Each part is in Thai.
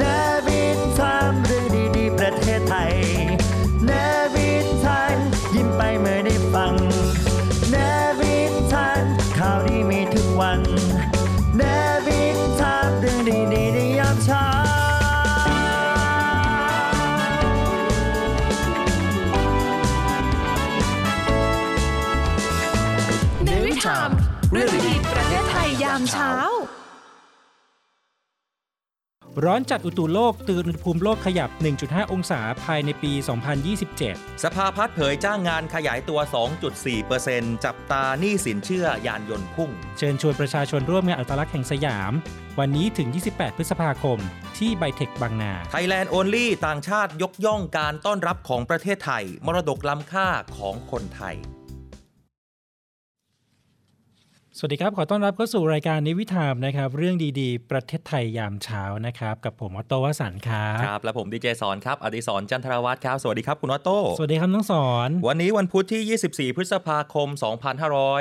นวิทามเรื่องดีๆ ประเทศไทยนวิทานยิ้มไปเมื่อได้ฟังนวิทานข่าวดีมีทุกวันนวิทามเรื่องดีๆในยามเช้า เนวิทามเรื่องดีๆประเทศไทยยามเช้า ร้อนจัดอุตุโลกเตื่นอุณหภูมิโลกขยับ 1.5 องศาภายในปี 2027 สภาพัฒน์เผยจ้างงานขยายตัว 2.4%จับตาหนี้สินเชื่อยานยนต์พุ่ง เชิญชวนประชาชนร่วมงานอัตลักษณ์แห่งสยาม วันนี้ถึง 28 พฤษภาคม ที่ไบเทคบางนา ไทยแลนด์ Only ต่างชาติยกย่องการต้อนรับของประเทศไทย มรดกล้ำค่าของคนไทย สวัสดีครับ ขอต้อนรับเข้าสู่รายการนิวิธามนะครับ เรื่องดีๆ ประเทศไทยยามเช้านะครับ กับผมออตโตวสันต์ครับ ครับ และผมดีเจสอนครับ อดิสรจันทรวัฒน์ครับ สวัสดีครับคุณออโต้ สวัสดีครับน้องสอน วันนี้วันพุธที่ 24 พฤษภาคม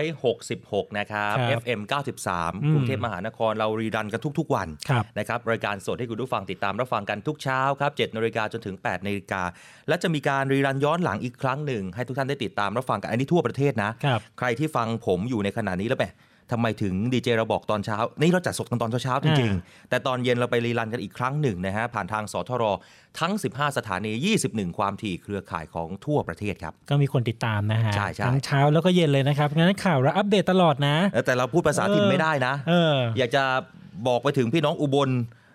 2566 นะครับ ครับ FM อื 93 ม กรุงเทพมหานครเรารีดันกันทุกๆวัน ครับ นะครับรายการสดให้คุณผู้ฟังติดตามรับฟังกันทุกเช้าครับ7นาฬิกาจนถึง8นาฬิกาและจะมีการรีรันย้อนหลังอีกครั้งหนึ่ง ให้ทุกท่านได้ติดตามรับฟังกันอันนี้ทั่วประเทศนะ ครับ ใครที่ฟังผมอยู่ในขณะนี้แล้วแหมทำไมถึงดีเจเราบอกตอนเช้า นี่เราจัดสดกันตอนเช้าๆจริง อ่า ๆ แต่ตอนเย็นเราไปรีรันกันอีกครั้งหนึ่งนะฮะผ่านทางสทรทั้ง 15 สถานี 21 ความถี่เครือข่ายของทั่วประเทศครับ ก็มีคนติดตามนะฮะ ใช่ใช่ ทั้งเช้าแล้วก็เย็นเลยนะครับงั้นข่าวเราอัปเดตตลอดนะ แต่เราพูดภาษาถิ่นไม่ได้นะ เออ อยากจะบอกไปถึงพี่น้องอุบล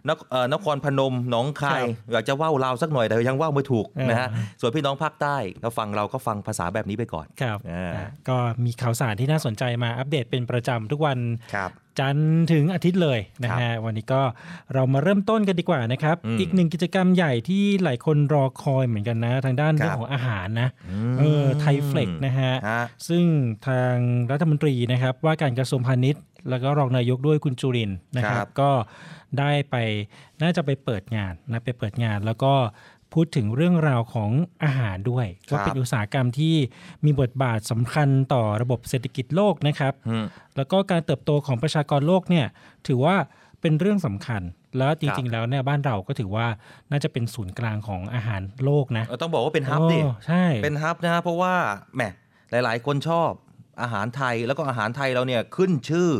นครเอ่อนครพนมหนองคา ค ย รับ อยากจะว่าวลาวสักหน่อยแต่ยังว่าวไม่ถูก เออ นะฮะส่วนพี่น้องภาคใต้ก็ฟังเราก็ฟังภาษาแบบนี้ไปก่อน ครับ อ่า อ่ะก็มีข่าวสารที่น่าสนใจมาอัปเดตเป็นประจำทุกวัน ครับ จันทร์ถึงอาทิตย์เลยนะฮะวันนี้ก็เรามาเริ่มต้นกันดีกว่านะครับ อืม อีกหนึ่งกิจกรรมใหญ่ที่หลายคนรอคอยเหมือนกันนะ ทางด้าน ครับ เรื่องของอาหารนะเออไทยเฟล็กนะฮะ ฮะ ซึ่งทางรัฐมนตรีนะครับ ว่าการกระทรวงพาณิชย์ แล้วก็รองนายกด้วยคุณจุรินทร์นะครับ ก็ได้ไปน่าจะไปเปิดงานนะไปเปิดงานแล้วก็พูดถึงเรื่องราวของอาหารด้วยว่าเป็นอุตสาหกรรมที่มีบทบาทสำคัญต่อระบบเศรษฐกิจโลกนะครับ อืม แล้วก็การเติบโตของประชากรโลกเนี่ยถือว่าเป็นเรื่องสำคัญ แล้วจริงๆ แล้วเนี่ยบ้านเราก็ถือว่าน่าจะเป็นศูนย์กลางของอาหารโลกนะ ต้องบอกว่าเป็นฮับดิ โอ้ใช่ เป็นฮับนะฮะเพราะว่าแหมหลาย ๆ คนชอบอาหารไทยแล้วก็อาหารไทยเราเนี่ยขึ้นชื่อ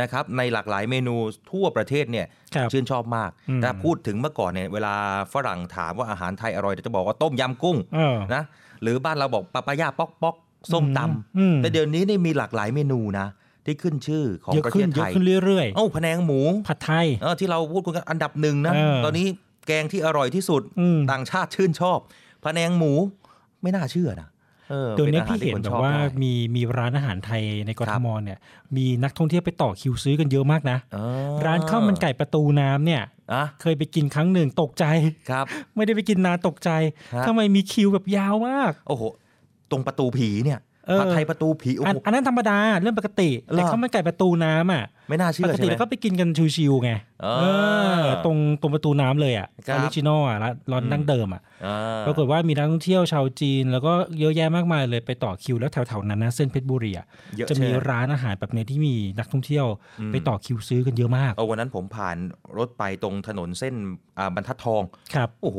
นะครับในหลากหลายเมนูทั่วประเทศเนี่ย ครับ ชื่นชอบมาก อืม แต่พูดถึงเมื่อก่อนเนี่ยเวลาฝรั่งถามว่าอาหารไทยอร่อยเดี๋ยวจะบอกว่าต้มยำกุ้ง เออ นะหรือบ้านเราบอกปะปะย่าป๊อกป๊อกส้มต อืม ำแต่เดี๋ยวนี้นี่มีหลากหลายเมนูนะ ที่ขึ้นชื่อของ เยอะ ประ ขึ้ เท น ศ เย ไท อะ ย ขึ้นเรื่อย เอ้าพะแนงหมู ๆ ผัดไทย เออที่เราพูดกันอันดับหนึ่งนะ เออ ตอนนี้แกงที่อร่อยที่สุด อืม ต่างชาติชื่นชอบพะแนงหมูไม่น่าเชื่อนะเออ เดี๋ยวนี้ ป็อาา พี่ รที่ เห็น ค แบ ช บ อ ว่า ได้ มีมีร้านอาหารไทยในก ค ท รับ มเนี่ยมีนักท่องเที่ยวไปต่อคิวซื้อกันเยอะมากนะ เออ ร้านข้าวมันไก่ประตูน้ำเนี่ย อ่ะ เคยไปกินครั้งหนึ่งตกใจ ครับ ไม่ได้ไปกินนานตกใจ ครับ ทำไมมีคิวแบบยาวมาก โอ้โหตรงประตูผีเนี่ย เออ ผัดไทยประตูผีโอ้ อัน โห อันนั้นธรรมดาเรื่องปกติ เหร แต่ อ ข้าวมันไก่ประตูน้ำอ่ะ ไม่น่าเชื่ ป อก ใช่ ติ ไหม เราก็ไปกินกันชิวๆไง เออ เออตรงตรงประตูน้ำเลยอ่ะ ครั อบ อริจินอลอ่ะร้านร้าน อืม ดั้งเดิมอ่ะ อ่า ปรากฏว่ามีนักท่องเที่ยวชาวจีน แล้วก็เยอะแยะมากมายเลยไปต่อคิวแล้วแถวๆนั้นนะเส้นเพชรบุรีอ่ะ เยอะ จะมี ใช่ไหม ร้านอาหารแบบเนี้ยที่มีนักท่องเที่ยว อืม ไปต่อคิวซื้อกันเยอะมาก เอาวันนั้นผมผ่านรถไปตรงถนนเส้นอ่าบรรทัดทอง ครับ โอ้โห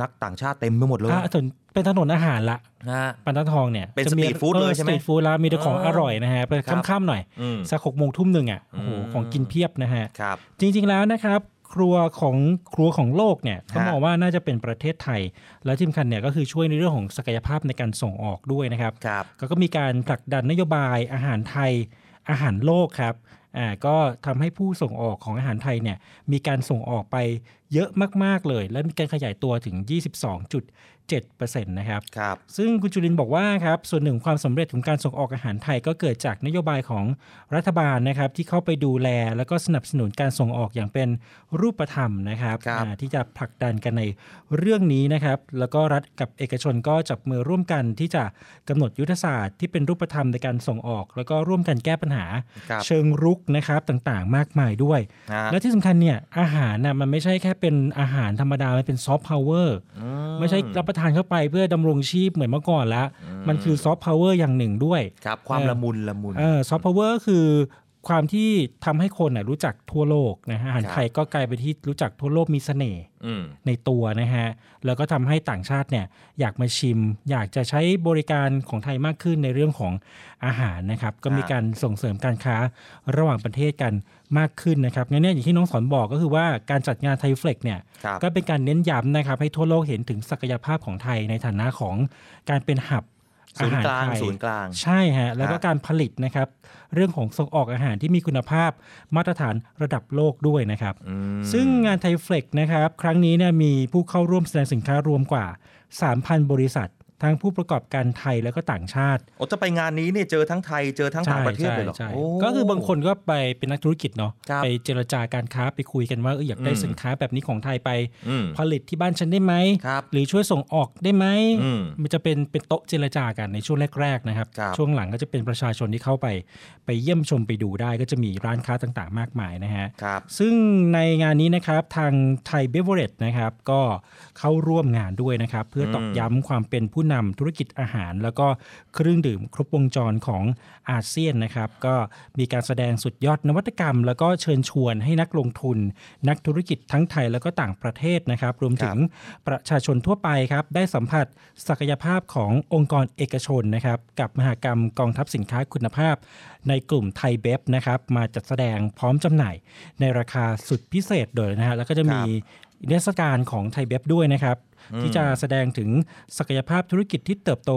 นักต่างชาติเต็มไปหมดเลย อ่ะถนนเป็นถนนอาหารละ นะฮะ ปันตะทองเนี่ย เป็น จะมี street food เลยใช่ไหม สตรีทฟู้ดแล้วมีแต่ของอเอออ ร่อยนะฮะไป ครับ ค่ำๆหน่อย อืม สักหกโมงทุ่มหนึ่งอ่ะโอ้โห อืม ของกินเพียบนะฮะ ครับ จริงๆ แล้วนะครับ ครัวของครัวของโลกเนี่ย ฮะ ก็มองว่าน่าจะเป็นประเทศไทย และที่สำคัญเนี่ยก็คือช่วยในเรื่องของศักยภาพในการส่งออกด้วยนะครับ ครับ ก็ก็มีการผลักดันนโยบายอาหารไทย อาหารโลกครับอ่าก็ทำให้ผู้ส่งออกของอาหารไทยเนี่ยมีการส่งออกไป เยอะมาก ๆ เลย และมีการขยายตัวถึง 22.7%นะครับ ครับ ซึ่งคุณจุลินทร์บอกว่าครับส่วนหนึ่งความสำเร็จของการส่งออกอาหารไทยก็เกิดจากนโยบายของรัฐบาลนะครับ ที่เข้าไปดูแล แล้วก็สนับสนุนการส่งออกอย่างเป็นรูปธรรมนะครับ ครับ อ่าที่จะผลักดันกันในเรื่องนี้นะครับ แล้วก็รัฐกับเอกชนก็จับมือร่วมกันที่จะกำหนดยุทธศาสตร์ที่เป็นรูปธรรมในการส่งออก แล้วก็ร่วมกันแก้ปัญหา ครับ เชิงรุกนะครับต่างๆ มากมายด้วย ฮะ และที่สำคัญเนี่ยอาหารน่ะมันไม่ใช่แค่เป็นอาหารธรรมดา มันเป็นซอฟต์พาวเวอร์ อื ไม่ใช่รับประทานเข้าไปเพื่อดำรงชีพเหมือนเมื่อก่อนละ มันคือซอฟต์พาวเวอร์อย่างหนึ่งด้วย ครับ ความ เอ่อ ละมุนละมุน เออซอฟต์พาวเวอร์คือความที่ทำให้คนน่ะรู้จักทั่วโลกนะฮะอาหาร ครับ ไทยก็กลายเป็นที่รู้จักทั่วโลกมีเสน่ห์ อืม ในตัวนะฮะ แล้วก็ทำให้ต่างชาติเนี่ยอยากมาชิม อยากจะใช้บริการของไทยมากขึ้นในเรื่องของอาหารนะครับ ก็มีการส่งเสริมการค้าระหว่างประเทศกันมากขึ้นนะครับงั้นเนี่ยอย่างที่น้องสอนบอกก็คือว่าการจัดงานไทยเฟล็กเนี่ย ครับ ก็เป็นการเน้นย้ำนะครับ ให้ทั่วโลกเห็นถึงศักยภาพของไทยในฐานะของการเป็นหับ ศูนย์กลาง อหรไทย ศูนย์กลาง ใช่ฮะแล้วก็ ฮะ การผลิตนะครับ เรื่องของส่งออกอาหารที่มีคุณภาพมาตรฐานระดับโลกด้วยนะครับ อืม ซึ่งงานไทยเฟล็กนะครับ ครั้งนี้เนี่ยมีผู้เข้าร่วมแสดงสินค้ารวมกว่า 3,000 บริษัท ทั้งผู้ประกอบการไทยและก็ต่างชาติ โอ้จะไปงานนี้เนี่ยเจอทั้งไทยเจอทั้งต่างประเทศเลยเหรอ ใช่ โอ้ ก็คือบางคนก็ไปเป็นนักธุรกิจเนาะ ครับ ไปเจรจาการค้าไปคุยกันว่าเอออยากได้ อืม สินค้าแบบนี้ของไทยไป อืม ผลิตที่บ้านฉันได้ไหม ครับ หรือช่วยส่งออกได้ไหม อืม มันจะเป็นเป็นโต๊ะเจรจากันในช่วงแรก ๆ นะครับ ครับ ช่วงหลังก็จะเป็นประชาชนที่เข้าไป ไปเยี่ยมชมไปดูได้ก็จะมีร้านค้าต่างๆ มากมายนะฮะ ครับ ซึ่งในงานนี้นะครับทางไทยเบเวอร์เรจนะครับก็เข้าร่วมงานด้วยนะครับ เพื่อตอกย้ำความเป็นผู้นำธุรกิจอาหาร แล้วก็เครื่องดื่มครบวงจรของอาเซียนนะครับ ก็มีการแสดงสุดยอดนวัตกรรม แล้วก็เชิญชวนให้นักลงทุน นักธุรกิจทั้งไทยแล้วก็ต่างประเทศนะครับ รวมถึงประชาชนทั่วไปครับได้สัมผัสศักยภาพขององค์กรเอกชนนะครับกับมหกรรมกองทัพสินค้าคุณภาพ ในกลุ่มไทยเบฟนะครับมาจัดแสดงพร้อมจำหน่าย ในราคาสุดพิเศษโดยนะฮะแล้วก็จะมีนิทรรศการของไทยเบฟด้วยนะครับ ที่จะแสดงถึงศักยภาพธุรกิจที่เติบโต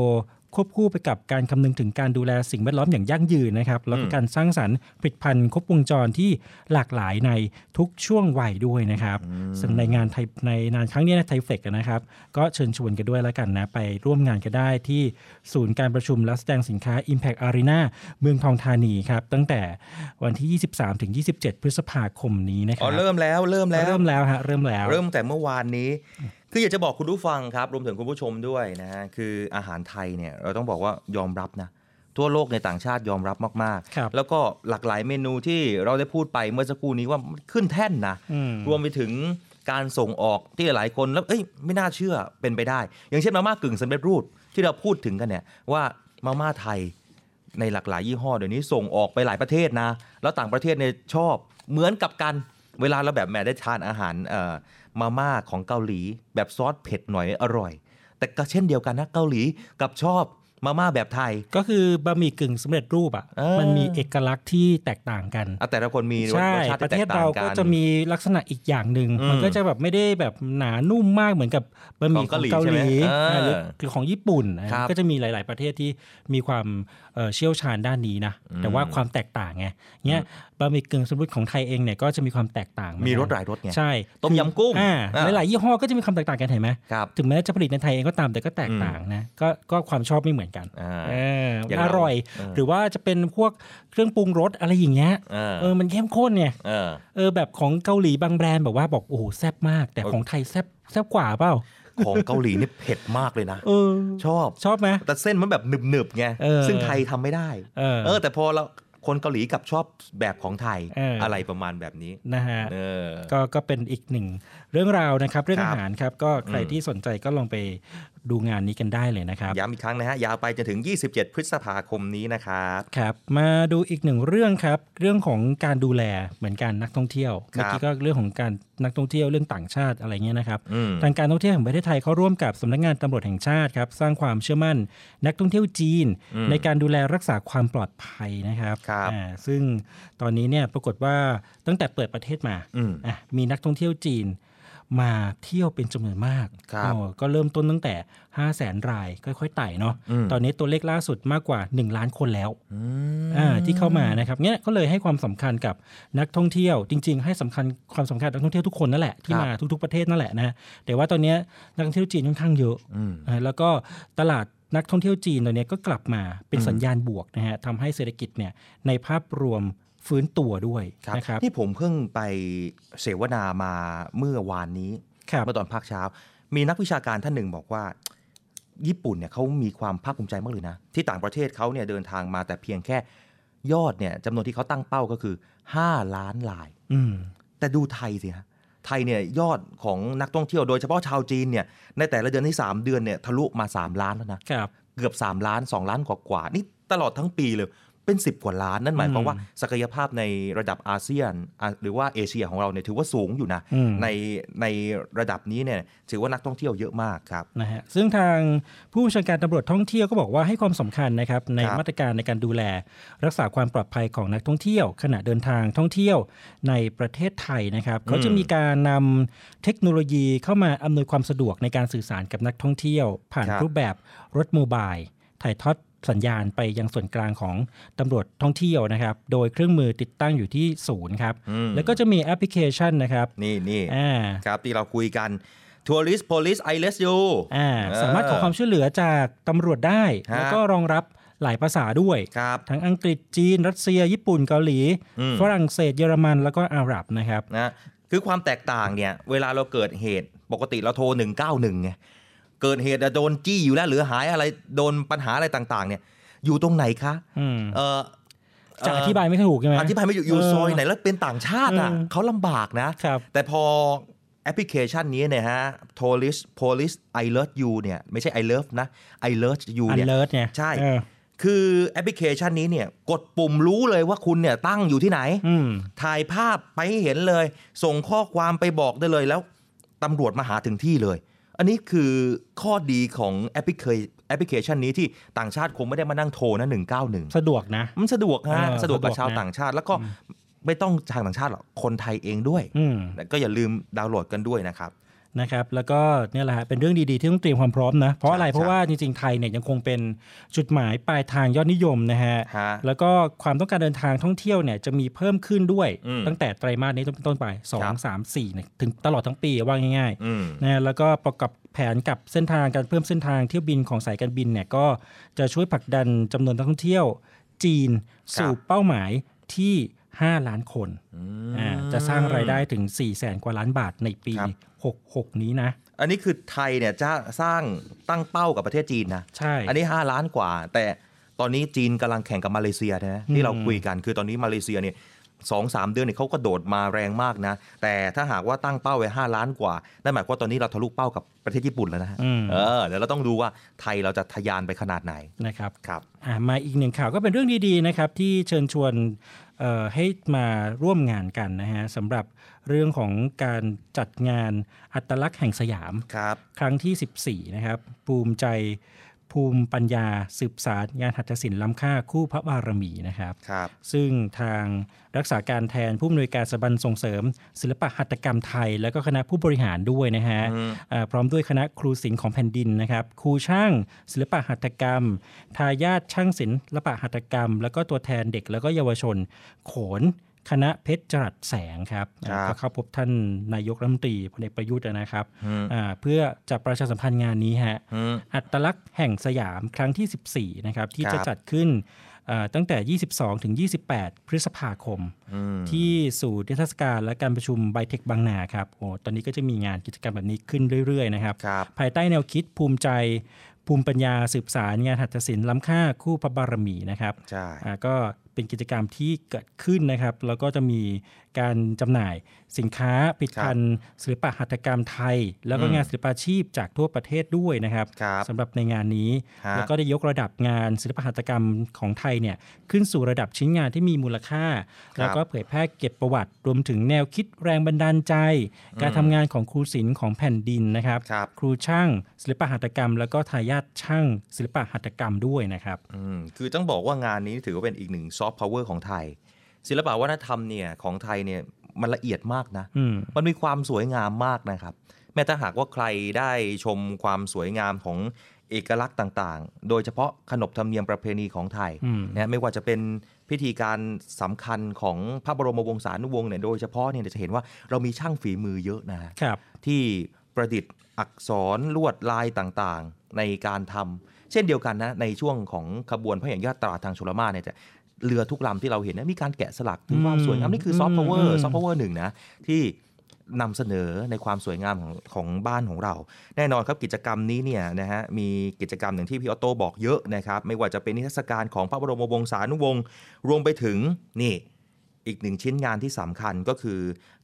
ควบคู่ไปกับการคำนึงถึงการดูแลสิ่งแวดล้อมอย่างยั่งยืนนะครับ แล้วก็การสร้างสรรค์ผลิตภัณฑ์ครบวงจรที่หลากหลายในทุกช่วงวัยด้วยนะครับซึ่งในงานไทยในงานครั้งนี้นะไทยเฟกนะครับ ก็เชิญชวนกันด้วยแล้วกันนะไปร่วมงานกันได้ที่ศูนย์การประชุมและแสดงสินค้า Impact Arena เมืองทองธานีครับตั้งแต่วันที่ 23ถึง27 พฤษภาคมนี้นะค อ๋ รั อ เริ่มแล้ว เริ่มแล้ว เริ่มแล้วฮะเริ่มแล้ว เริ่มแต่เมื่อวานนี้ คืออยากจะบอกคุณผู้ฟังครับ รวมถึงคุณผู้ชมด้วยนะฮะ คืออาหารไทยเนี่ย เราต้องบอกว่ายอมรับนะ ทั่วโลกในต่างชาติยอมรับมาก ครับ ๆ แล้วก็หลากหลายเมนูที่เราได้พูดไปเมื่อสักครู่นี้ว่ามันขึ้นแท่นนะ อืม รวมไปถึงการส่งออกที่หลายคนแล้วเอ้ยไม่น่าเชื่อเป็นไปได้ อย่างเช่นมาม่ากึ่งสำเร็จรูปที่เราพูดถึงกันเนี่ยว่ามาม่าไทยในหลากหลายยี่ห้อเดี๋ยวนี้ส่งออกไปหลายประเทศนะ แล้วต่างประเทศเนี่ยชอบเหมือนกับกัน เวลาเราแบบแหม่ได้ทานอาหารเอ่อมาม่าของเกาหลี แบบซอสเผ็ดหน่อยอร่อย แต่ก็เช่นเดียวกันนะเกาหลีกับชอบมาม่าแบบไทย ก็คือบะหมี่กึ่งสำเร็จรูปอ่ะ เออ มันมีเอกลักษณ์ที่แตกต่างกัน อ่ะแต่ละคนมีรส ใช่ ชาติ ประเทที่แตก ศ ต่าง เรา กั ก็ น จะมีลักษณะอีกอย่างหนึ่ง อืม มันก็จะแบบไม่ได้แบบหนานุ่มมากเหมือนกับบะหมี่ขขอ อง ง เกา เกา ห ห ลี ลี ใช่อ่าหไหมรือ เออ หรือของญี่ปุ่นนะครับ ก็จะมีหลาย ๆ ประเทศที่มีความเอ่อเชี่ยวชาญด้านนี้นะ อืม แต่ว่าความแตกต่างไงเนี้ยบะหมี่กึ่งสำเร็จของไทยเองเนี่ยก็จะมีความแตกต่างเหอน มี กัน รสหลายรสไง ใช่ ต้มยำกุ้ง อ่า อ่า หลายๆยี่ห้อก็จะมีความแตกต่างกันเห็นไหม ครับ ถึงแม้จะผลิตในไทยเองก็ตามแต่ก็แตกต่างนะก็ก็ความชอบไม่เหมือนกัน อ่า เออ อย่าง อ เรา ร่อย เออ หรือว่าจะเป็นพวกเครื่องปรุงรสอะไรอย่างเงี้ย เออ เออ มันเข้มข้นไง เออ เออ แบบของเกาหลีบางแบรนด์แบบว่าบอก โอ้โห แซ่บมาก แต่ เออ ของไทยแซ่บแซ่บกว่าเปล่า ของเกาหลีนี่เผ็ด มากเลยนะ เออ ชอบ ชอบไหม แต่เส้นมันแบบหนึบๆไง เออ ซึ่งไทยทำไม่ได้ เออ เออ แต่พอเราคนเกาหลีกลับชอบแบบของไทย เอออ อะไรประมาณแบบนี้ นะฮะ เออ ก็ก็เป็นอีกหนึ่งเรื่องราวนะครับ เรื่อง ครับ อาหารครับ ก็ใคร อืม ที่สนใจก็ลองไปดูงานนี้กันได้เลยนะครับ ย้ำอีกครั้งนะฮะ ยาวไปจนถึง 27 พฤษภาคมนี้นะครับ ครับมาดูอีกหนึ่งเรื่องครับ เรื่องของการดูแลเหมือนกันนักท่องเที่ยว ครับ เมื่อกี้ก็เรื่องของการนักท่องเที่ยวเรื่องต่างชาติอะไรเงี้ยนะครับ อืม ทางการท่องเที่ยวแห่งประเทศไทยเขาร่วมกับสำนักงานตำรวจแห่งชาติครับสร้างความเชื่อมั่น นักท่องเที่ยวจีน อืม ในการดูแลรักษาความปลอดภัยนะครับ ครับ อ่าซึ่งตอนนี้เนี่ยปรากฏว่าตั้งแต่เปิดประเทศมา อืม อ่ะมีนักท่องเที่ยวจีน มาเที่ยวเป็นจำนวนมาก ครับ โอ้ก็เริ่มต้นตั้งแต่ 5 0 0แสนรายค่อยๆไต่เนาะ อืม ตอนนี้ตัวเลขล่าสุดมากกว่า 1 ล้านคนแล้ว อืม อ่าที่เข้ามานะครับเนี่ยก็เลยให้ความสำคัญกับนักท่องเที่ยว จริง ๆ ให้สำคัญความสำคัญกับนักท่องเที่ยวทุกคนนั่นแหละที่ ครับ มาทุกๆประเทศนั่นแหละนะแต่ว่าตอนเนี้ยนักท่องเที่ยวจีนค่อนข้างเยอะ อืม อ่าแล้วก็ตลาดนักท่องเที่ยวจีนตอนเนี้ยก็กลับมาเป็น อืม สัญญาณบวกนะฮะทำให้เศรษฐกิจเนี่ยในภาพรวมฟื้นตัวด้วย ครับ นะครับ นี่ผมเพิ่งไปเสวนามาเมื่อวานนี้ ครับ เมื่อตอนภาคเช้า มีนักวิชาการท่านหนึ่งบอกว่า ญี่ปุ่นเนี่ยเขามีความภาคภูมิใจมากเลยนะ ที่ต่างประเทศเขาเนี่ยเดินทางมาแต่เพียงแค่ยอดเนี่ยจำนวนที่เขาตั้งเป้าก็คือ 5 ล้านลาย อืม แต่ดูไทยสิฮะไทยเนี่ยยอดของนักท่องเที่ยวโดยเฉพาะชาวจีนเนี่ยในแต่ละเดือนที่ 3 เดือนเนี่ยทะลุมา 3 ล้านแล้วนะ ครับ เกือบ 3 ล้าน 2 ล้านกว่ากว่าๆนี่ตลอดทั้งปีเลยเป็น 10 กว่าล้านนั่นหมายความว่าศักยภาพในระดับอาเซียนอ่ะหรือว่าเอเชียของเราเนี่ยถือว่าสูงอยู่นะ อืม ในในระดับนี้เนี่ยถือว่านักท่องเที่ยวเยอะมากครับ นะฮะซึ่งทางผู้บัญชาการตำรวจท่องเที่ยวก็บอกว่าให้ความสำคัญนะครับใน ครับ มาตรการในการดูแล รักษาความปลอดภัยของนักท่องเที่ยว ขณะเดินทางท่องเที่ยวในประเทศไทยนะครับเขาจะมีการนำเทคโนโลยีเข้ามาอำนวยความสะดวกในการสื่อสารกับนักท่องเที่ยว ผ่านรูปแบบรถโมบายถ่ายทอดสัญญาณไปยังส่วนกลางของตำรวจท่องเที่ยวนะครับโดยเครื่องมือติดตั้งอยู่ที่ศูนย์ครับแล้วก็จะมีแอปพลิเคชันนะครับ นี่นี่ อ่า ครับที่เราคุยกัน Tourist Police I l e s You อ่าสามารถขอความช่วยเหลือจากตำรวจได้ ฮะ แล้วก็รองรับหลายภาษาด้วย ครับ ทั้งอังกฤษจีน รัสเซีย ญี่ปุ่นเกาหลี อืม ฝรั่งเศสเยอรมันแล้วก็อาหรับนะครับ นะคือความแตกต่างเนี่ยเวลาเราเกิดเหตุปกติเราโทร 191ไงเกิดเหตุอะโดนจี้อยู่แล้วหรือหายอะไรโดนปัญหาอะไรต่างๆเนี่ยอยู่ตรงไหนคะ อืม เออ จะอธิ เ บายไม่ถูกใช่ไหม อ อ ธิบายไม่อยู่อยู่ซอยไหนแล้วเป็นต่างชาติอ่ะ เออ เขาลำบากนะ ครับ แต่พอแอปพลิเคชันนี้เนี่ยฮะ Police Police I Love You เนี่ยไม่ใช่ I Love นะ I Love You ัน เนี่ย เลิศไง ใช่ เออ คือแอปพลิเคชันนี้เนี่ยกดปุ่มรู้เลยว่าคุณเนี่ยตั้งอยู่ที่ไหน อืม ถ่ายภาพไปให้เห็นเลย ส่งข้อความไปบอกได้เลยแล้วตำรวจมาหาถึงที่เลย อันนี้คือข้อดีของแอปพลิเคแอปพลิเคชันนี้ที่ต่างชาติคงไม่ได้มานั่งโทรนะ191 สะดวกนะ มันสะดวกฮะ เออ สะดวกกับ สะดวกนะ ชาวต่างชาติ แล้วก็ไม่ต้องชาวต่างชาติหรอกคนไทยเองด้วย อืม ก็อย่าลืมดาวน์โหลดกันด้วยนะครับ นะครับแล้วก็เนี่ยแหละฮะเป็นเรื่องดีๆ ที่ต้องเตรียมความพร้อมนะ เพราะอะไร ใช่ เพราะว่าจริงๆไทยเนี่ยยังคงเป็นจุดหมายปลายทางยอดนิยมนะฮะ ฮะ แล้วก็ความต้องการเดินทางท่องเที่ยวเนี่ยจะมีเพิ่มขึ้นด้วย อืม ตั้งแต่ไตรมาสนี้เป็นต้นไป ครับ 2 3 4เนี่ยถึงตลอดทั้งปีว่าง่าย อืม ๆนะฮะแล้วก็ประกอบแผนกับเส้นทางการเพิ่มเส้นทางเที่ยวบินของสายการบินเนี่ยก็จะช่วยผลักดันจำนวนนักท่องเที่ยวจีนสู่ ครับ เป้าหมายที่ 5 ล้านคนอ่าจะสร้างรายได้ถึง 4 0 0แสนกว่าล้านบาทในปี 66 นี้นะ อันนี้คือไทยเนี่ยจะสร้างตั้งเป้ากับประเทศจีนนะ ใช่ อันนี้ 5 ล้านกว่า แต่ตอนนี้จีนกำลังแข่งกับมาเลเซียนะที่เราคุยกันคือตอนนี้มาเลเซียเนี่ยสองสามเดือนเนี่ยเขาก็โดดมาแรงมากนะ แต่ถ้าหากว่าตั้งเป้าไว้5ล้านกว่านั่นหมายความว่าตอนนี้เราทะลุเป้ากับประเทศญี่ปุ่นแล้วนะฮะ อืม เออเดี๋ยวเราต้องดูว่าไทยเราจะทะยานไปขนาดไหน นะครับ ครับ อ่ะมาอีกหนึ่งข่าวก็เป็นเรื่องดีๆนะครับที่เชิญชวนเอ่อให้มาร่วมงานกันนะฮะสำหรับเรื่องของการจัดงานอัตลักษณ์แห่งสยาม ครับ ครั้งที่ 14 นะครับ ภูมิใจภูมิปัญญาสืบสารงานหัตถศิลป์ล้ำค่าคู่พระบารมีนะครับ ครับ ซึ่งทางรักษาการแทนผู้อำนวยการสถาบันส่งเสริม ศิลปะหัตถกรรมไทย และก็คณะผู้บริหารด้วยนะฮะเอ่อพร้อมด้วยคณะครูศิลป์ของแผ่นดินนะครับ ครูช่าง ศิลปะหัตถกรรม ทายาทช่างศิลปะหัตถกรรม แล้วก็ตัวแทนเด็กแล้วก็เยาวชน โขน คณะเพชรจรัสแสงครับ ครับ ก็เข้าพบท่านนายกรัฐมนตรีพลเอกประยุทธ์นะครับอ่าเพื่อจะประชาสัมพันธ์งานนี้ฮะ อืม อัตลักษณ์แห่งสยามครั้งที่ 14 นะครับ ที่ ครับ จะจัดขึ้นเอ่อตั้งแต่ 22 ถึง 28 พฤษภาคม ที่ศูนย์เทรรศการและการประชุมไบเทคบางนาครับโอ้ตอนนี้ก็จะมีงานกิจกรรมแบบนี้ขึ้นเรื่อย ๆ นะครับ ครับ ภายใต้แนวคิดภูมิใจภูมิปัญญาสืบสารงานหัตถศิลป์ล้ำค่าคู่พระบารมีนะครับ ใช่ อ่าก็เป็นกิจกรรมที่เกิดขึ้นนะครับ แล้วก็จะมีการจำหน่ายสินค้าผลิตภัณฑ์ศิลปะหัตถกรรมไทย แล้วก็งานศิลปาชีพจากทั่วประเทศด้วยนะครับ ครับ สำหรับในงานนี้ ฮะ แล้วก็ได้ยกระดับงานศิลปหัตถกรรมของไทยเนี่ยขึ้นสู่ระดับชิ้นงานที่มีมูลค่า แล้วก็เผยแพร่เก็บประวัติ รวมถึงแนวคิดแรงบันดาลใจ การทำงานของครูศิลป์ของแผ่นดินนะครับ ครับ ครูช่าง ศิลปหัตถกรรม แล้วก็ทายาทช่างศิลปหัตถกรรมด้วยนะครับ อืมคือต้องบอกว่างานนี้ถือว่าเป็นอีกหนึ่งซอฟต์พาวเวอร์ของไทย ศิลปะวัฒนธรรมเนี่ยของไทยเนี่ย มันละเอียดมากนะ อืม มันมีความสวยงามมากนะครับ แม้ถ้าหากว่าใครได้ชมความสวยงามของเอกลักษณ์ต่างๆ โดยเฉพาะขนบธรรมเนียมประเพณีของไทย อืม นะไม่ว่าจะเป็นพิธีการสำคัญของพระบรมวงศานุวงศ์เนี่ยโดยเฉพาะเนี่ยจะเห็นว่าเรามีช่างฝีมือเยอะนะฮะ ครับ ที่ประดิษฐ์อักษรลวดลายต่างๆ ในการทำเช่นเดียวกันนะในช่วงของขบวนพระอย่างยาตราทางชลมารเนี่ยจะเรือทุกลำที่เราเห็นนะมีการแกะสลักถึงความสวยงามนี่คือซอฟต์พาวเวอ อื ร์ ม ซอฟต์พาวเวอร์หนึ่งนะที่นำเสนอในความสวยงามของของบ้านของเรา แน่นอนครับกิจกรรมนี้เนี่ยนะฮะมีกิจกรรมหนึ่งที่พี่ออโต้บอกเยอะนะครับ ไม่ว่าจะเป็นนิทรรศการของพระบรมวงศานุวงศ์รวมไปถึงนี่ อีกหนึ่งชิ้นงานที่สำคัญก็คือ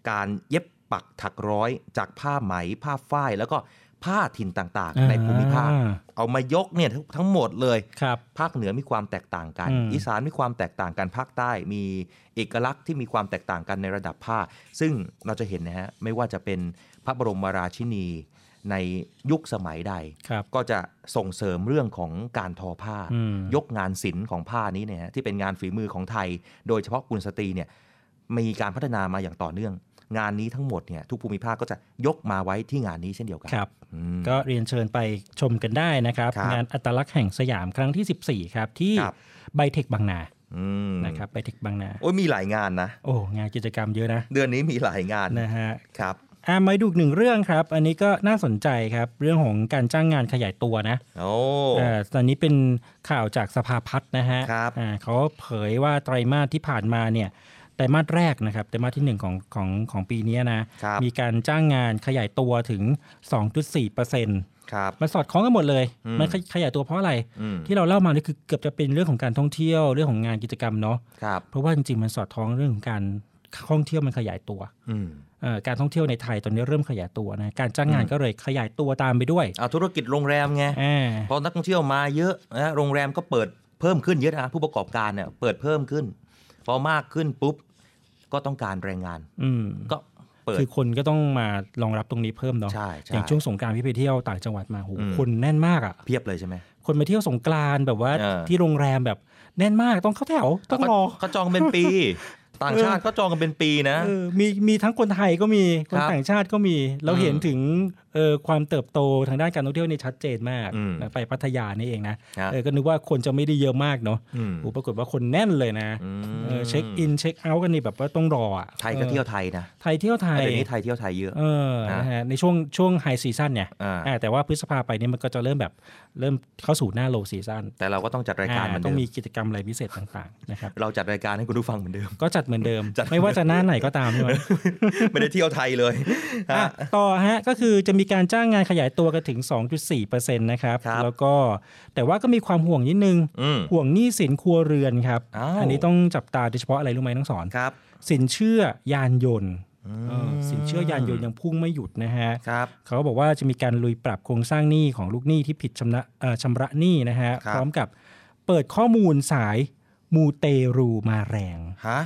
การเย็บปักถักร้อยจากผ้าไหม ผ้าฝ้าย แล้วก็ผ้าถิ่นต่าง อ่า ๆ ในภูมิภาค เอามายกเนี่ยทั้งทั้งหมดเลย ครับ ภาคเหนือมีความแตกต่างกัน อืม อีสานมีความแตกต่างกันภาคใต้ มีเอกลักษณ์ที่มีความแตกต่างกันในระดับผ้า ซึ่งเราจะเห็นนะฮะไม่ว่าจะเป็นพระบรมราชินีในยุคสมัยใด ครับ ก็จะส่งเสริมเรื่องของการทอผ้า อืม ยกงานศิลป์ของผ้านี้เนี่ยฮะที่เป็นงานฝีมือของไทย โดยเฉพาะกุลสตรีเนี่ยมีการพัฒนามาอย่างต่อเนื่อง งานนี้ทั้งหมดเนี่ยทุกภูมิภาคก็จะยกมาไว้ที่งานนี้เช่นเดียวกัน ครับ อืม ก็เรียนเชิญไปชมกันได้นะครับ ครับ งานอัตลักษณ์แห่งสยามครั้งที่ 14 ครับ ที่ ครับ ไบเทคบางนา อืม นะครับไบเทคบางนา โอ้ยมีหลายงานนะ โอ้งานกิจกรรมเยอะนะ เดือนนี้มีหลายงาน นะฮะ ครับ อ่ามาดูอีกหนึ่งเรื่องครับ อันนี้ก็น่าสนใจครับ เรื่องของการจ้างงานขยายตัวนะ โอ้ เอ่อตอนนี้เป็นข่าวจากสภาพัฒน์นะฮะ ครับ อ่าเขาเผยว่าไตรมาสที่ผ่านมาเนี่ยไตรมาสแรกนะครับไตรมาสที่หนึ่งของของของปีเนี้ยนะครับ มีการจ้างงานขยายตัวถึง 2.4% ครับ มันสอดคล้องกันหมดเลย อืม มันขยขยายตัวเพราะอะไร อืม ที่เราเล่ามานี่คือเกือบจะเป็นเรื่องของการท่องเที่ยวเรื่องของงานกิจกรรมเนาะ ครับ เพราะว่าจริงๆมันสอดคล้องเรื่องของการท่องเที่ยวมันขยายตัว อืม เอ่อการท่องเที่ยวในไทยตอนนี้เริ่มขยายตัวนะการจ้างงานก็เลยขยายตัวตามไปด้วย เอาธุรกิจโรงแรมไง อ่า พอนักท่องเที่ยวมาเยอะนะโรงแรมก็เปิดเพิ่มขึ้นเยอะนะผู้ประกอบการเนี่ยเปิดเพิ่มขึ้น พอมากขึ้นปุ๊บก็ต้องการแรงงาน อืม ก็เปิด คือคนก็ต้องมารองรับตรงนี้เพิ่มเนาะ ใช่ใช่ อย่างช่วงสงกรารพี่ไปเที่ยวต่างจังหวัดมาโห อืม คนแน่นมากอะ่ะ เพียบเลยใช่ไหม คนไปเที่ยวสงกรานต์แบบว่า เออ ที่โรงแรมแบบแน่นมากต้องเข้าแถวต้องรอ เขาจองเป็น ปี ต่างชาติเขาจองกันเป็นปีนะ เออมีมีทั้งคนไทยก็มีคน ครับ ต่างชาติก็มี เรา อืม เห็นถึงเออความเติบโตทางด้านการท่องเที่ยวนี่ชัดเจนมาก อืม นะไปพัทยานี่เองนะครับ เออก็นึกว่าคนจะไม่ได้เยอะมากเนาะ อืม โอ้ปรากฏว่าคนแน่นเลยนะ อืม เออเช็คอินเช็คเอาท์กันนี่แบบว่าต้องรออะ ไทยก็เที่ยวไทยนะ ออไทยเที่ยวไทย เดี๋ยวนี้ไทยเที่ยวไทยเยอะ เออ อ่ะ นะฮะในช่วงช่วงไฮซีซั่นเนี่ย อ่า อ่าแต่ว่าพฤษภาไปนี่มันก็จะเริ่มแบบเริ่มเข้าสู่หน้าโลซีซั่น แต่เราก็ต้องจัดรายการเหมือน ต้อเดิง ม มีกิจกรรมอะไรพิเศษต่างๆนะครับ เราจัดรายการให้คุณ ผู้ฟังเหมือนเดิม ก็จัดเหมือนเดิม จัด ไม่ว่าจะหน้าไหนก็ตามใช่ไหม ไม่ได้เที่ยวไทยเลยฮะ อ่ะต่อฮะก็คือจะมีการจ้างงานขยายตัวกันถึง 2.4%นะครับ ครับ แล้วก็แต่ว่าก็มีความห่วงนิดนึง อืม ห่วงหนี้สินครัวเรือนครับ อ้าว นนี้ต้องจับตาโดยเฉพาะอะไรรู้ไหมน้องสอน ครับ สินเชื่อยานยนต์เออสินเชื่อยานยนต์ยังพุ่งไม่หยุดนะฮะ ครับ เขาบอกว่าจะมีการลุยปรับโครงสร้างหนี้ของลูกหนี้ที่ผิดชำระเอ่อชำระหนี้นะฮะ ครับ พร้อมกับเปิดข้อมูลสายมูเตรูมาแรง ฮะ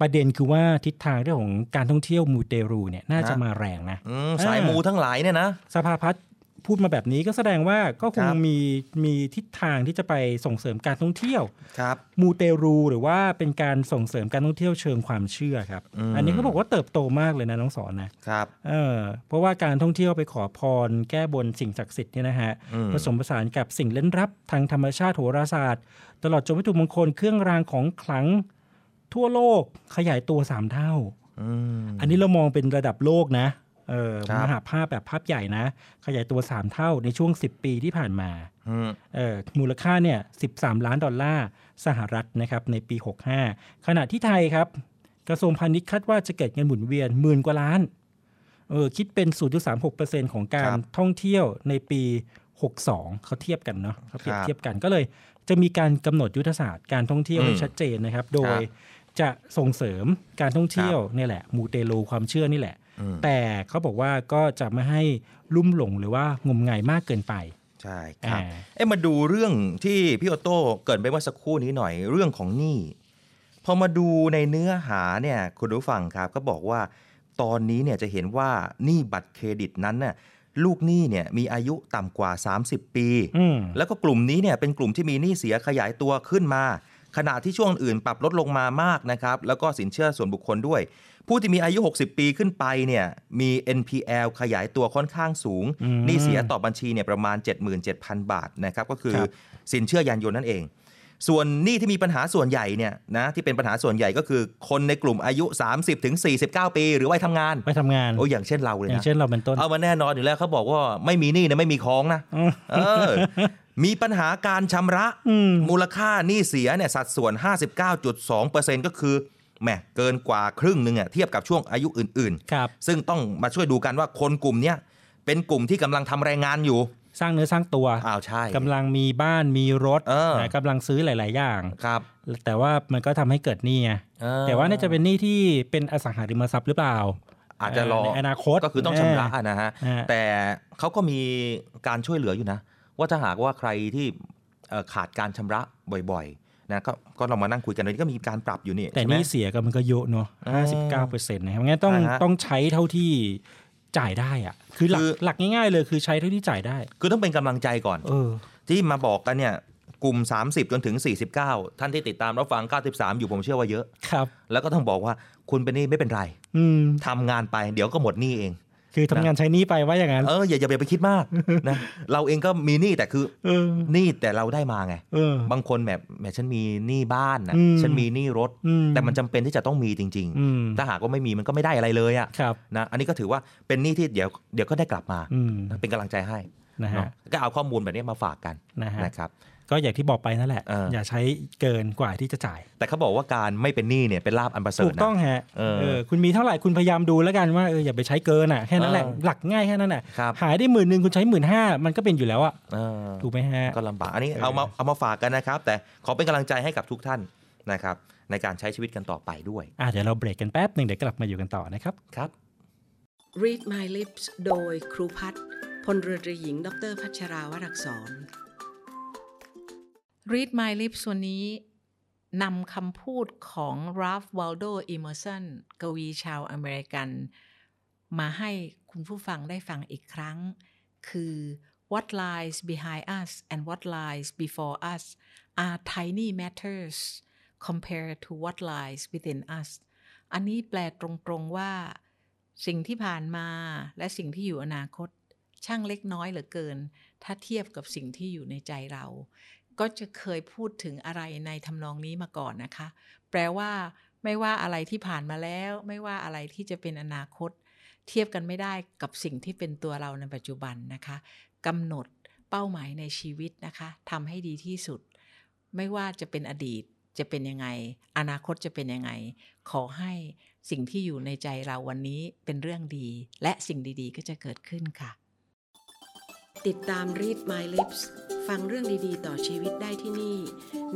ประเด็นคือว่าทิศทางเรื่องของการท่องเที่ยวมูเตรูเนี่ยน่าจะ ฮะ มาแรงนะ อืมสายมูทั้งหลายเนี่ยนะ สภาพัฒน์พูดมาแบบนี้ก็แสดงว่าก็ค ค ง รับ มีมีทิศทางที่จะไปส่งเสริมการท่องเที่ยว ครับ มูเตรูหรือว่าเป็นการส่งเสริมการท่องเที่ยวเชิงความเชื่อครับ อืม นนี้เขาบอกว่าเติบโตมากเลยนะน้องสอนนะครับ เออเพราะว่าการท่องเที่ยวไปขอพร แก้บนสิ่งศักดิ์สิทธิ์เนี่ยนะฮะ อืม ผสมผสานกับสิ่งเล่นลับทางธรรมชาติโหราศาสตร์ ตลอดจนวัตถุมงคลเครื่องรางของขลังทั่วโลกขยายตัวสามเท่า อืม อันนี้เรามองเป็นระดับโลกนะ เออ ครับ มหาภาพแบบภาพใหญ่นะ ขยายตัว 3 เท่าในช่วง 10 ปีที่ผ่านมา อืม เออมูลค่าเนี่ย 13 ล้านดอลลาร์สหรัฐนะครับในปี 65 ขณะที่ไทยครับ กระทรวงพาณิชย์คาดว่าจะเกิดเงินหมุนเวียนหมื่นกว่าล้าน เออคิดเป็น 0.36%ของการครับ ท่องเที่ยวในปี 62 เขาเทียบกันเนาะเขาเปรียบ ครับ เทียบกันก็เลยจะมีการกำหนดยุทธศาสตร์การท่องเที่ยว อืม ให้ชัดเจนนะครับ โด ครั ย บ จะส่งเสริมการท่องเที่ยวเนี่ยแหละมูเตลูความเชื่อนี่แหละ อืม แต่เขาบอกว่าก็จะไม่ให้ลุ่มหลงหรือว่างมงายมากเกินไป ใช่ครับ อ่า เอ้ยมาดูเรื่องที่พี่ออโต้เกริดไปเมื่อสักครู่นี้หน่อยเรื่องของหนี้พอมาดูในเนื้อหาเนี่ยคุณผู้ฟังครับก็บอกว่า ตอนนี้เนี่ยจะเห็นว่าหนี้บัตรเครดิตนั้นน่ะลูกหนี้เนี่ยมีอายุต่ำกว่า 30 ปี อืม แล้วก็กลุ่มนี้เนี่ยเป็นกลุ่มที่มีหนี้เสียขยายตัวขึ้นมา ขณะที่ช่วงอื่นปรับลดลงมามากนะครับ แล้วก็สินเชื่อส่วนบุคคลด้วย ผู้ที่มีอายุ 60 ปีขึ้นไปเนี่ยมี NPL ขยายตัวค่อนข้างสูง อืม หนี้เสียต่อบัญชีเนี่ยประมาณ 77,000 บาทนะครับก็คือ ครับ สินเชื่อยานยนต์นั่นเอง ส่วนหนี้ที่มีปัญหาส่วนใหญ่เนี่ยนะที่เป็นปัญหาส่วนใหญ่ก็คือ คนในกลุ่มอายุ 30-49ถึง49 ปี หรือวัยทำงาน ไปทำงาน โอ้ยอย่างเช่นเราเลย อย่า นะ งเช่นเราเป็นต้น เอามาแน่นอนอยู่แล้วเขาบอกว่าไม่มีหนี้นะไม่มีของนะเออ มีปัญหาการชำระมูลค่าหนี้เสียเนี่ยสัดส่วน 59.2%ก็คือแหมเกินกว่าครึ่งหนึ่งอ่ะเทียบกับช่วงอายุอื่น ครับ ๆ ซึ่งต้องมาช่วยดูกันว่าคนกลุ่มเนี้ยเป็นกลุ่มที่กำลังทำแรงงานอยู่ สร้างเนื้อสร้างตัว อ้าวใช่ กำลังมีบ้านมีรถ เออ นะกำลังซื้อหลาย ๆ อย่าง ครับ แต่ว่ามันก็ทำให้เกิดหนี้ไง เออ แต่ว่าน่าจะเป็นหนี้ที่เป็นอสังหาริมทรัพย์หรือเปล่า อาจจะรอ ในอนาคต ก็คือต้องชำระนะฮะ เออ แต่เขาก็มีการช่วยเหลืออยู่นะ ว่าถ้าหากว่าใครที่เอ่อขาดการชำระบ่อยๆนะก็ก็ลองมานั่งคุยกันวันนี้ก็มีการปรับอยู่นี่ แต่หใช่ไหม นี้เสียก็มันก็เยอะเนาะ อื 59เปอร์เซ็นต์นะครับงั้นต้อง อ่าฮะ ต้องใช้เท่าที่จ่ายได้อะคือหลัก คือ หลักง่ายๆเลยคือใช้เท่าที่จ่ายได้ คือต้องเป็นกำลังใจก่อน เออ ที่มาบอกกันเนี่ยกลุ่ม 30 จนถึง 49 ท่านที่ติดตามรับฟัง 93 อยู่ผมเชื่อว่าเยอะ ครับ แล้วก็ต้องบอกว่าคุณเป็นหนี่ไม่เป็นไร อืม ทำงาน ไปเดี๋ยวก็หมดหนี้เอง คือทำงานใช้หนี้ไปว่าอย่างนั้น เอออย่าอย่าไปคิดมากนะเราเองก็มีหนี้แต่คือ เออ หนี้แต่เราได้มาไง เออ บางคนแบบแหมฉันมีหนี้บ้านนะ อืม ฉันมีหนี้รถ อืม แต่มันจำเป็นที่จะต้องมีจริง อืม ถ้าหากว่าไม่มีมันก็ไม่ได้อะไรเลยอะ ครับ นะอันนี้ก็ถือว่าเป็นหนี้ที่เดี๋ยวเดี๋ยวก็ได้กลับมา อืม นะเป็นกำลังใจให้ นะ เนาะ ฮะ ก็เอาข้อมูลแบบนี้มาฝากกัน นะฮะ นะครับ ก็อย่างที่บอกไปนั่นแหละ เอออ อย่าใช้เกินกว่าที่จะจ่าย แต่เขาบอกว่าการไม่เป็นหนี้เนี่ยเป็นลาบอันประเสริ ถู ฐ ก นะ ต้องฮะ เออ คุณมีเท่าไหร่คุณพยายามดูแล้วกันว่าเอออย่าไปใช้เกินอ่ะแค่นั้นแหละ เออ หลักง่ายแค่นั้นแหละ ครับ หายได้หมื่นหนึ่งคุณใช้หมื่นห้ามันก็เป็นอยู่แล้วอ่ะ เออ ถูกไหมฮะ ก็ลำบากอันนี้ เออ เอามาเอามาฝากกันนะครับ แต่ขอเป็นกำลังใจให้กับทุกท่านนะครับ ในการใช้ชีวิตกันต่อไปด้วย อ่ะเดี๋ยวเราเบรกกันแป๊บหนึ่งเดี๋ยวกลับมาอยู่กันต่อนะครับ ครับ Read My Lips โดยครูพัฒน์พลเรือตรีหญิง ดรพัชราวรักษร Read My Lips วันนี้นำคำพูดของ Ralph Waldo Emerson กวีชาวอเมริกัน มาให้คุณผู้ฟังได้ฟังอีกครั้ง คือ What lies behind us and what lies before us are tiny matters compared to what lies within us อันนี้แปลตรงๆว่า สิ่งที่ผ่านมาและสิ่งที่อยู่อนาคต ช่างเล็กน้อยเหลือเกิน ถ้าเทียบกับสิ่งที่อยู่ในใจเรา ก็จะเคยพูดถึงอะไรในทำนองนี้มาก่อนนะคะ แปลว่า ไม่ว่าอะไรที่ผ่านมาแล้ว ไม่ว่าอะไรที่จะเป็นอนาคต เทียบกันไม่ได้กับสิ่งที่เป็นตัวเราในปัจจุบันนะคะกำหนดเป้าหมายในชีวิตนะคะทำให้ดีที่สุด ไม่ว่าจะเป็นอดีตจะเป็นยังไง อนาคตจะเป็นยังไง ขอให้สิ่งที่อยู่ในใจเราวันนี้เป็นเรื่องดี และสิ่งดีๆ ก็จะเกิดขึ้นค่ะ ติดตาม Read My Lips ฟังเรื่องดีๆ ต่อชีวิตได้ที่นี่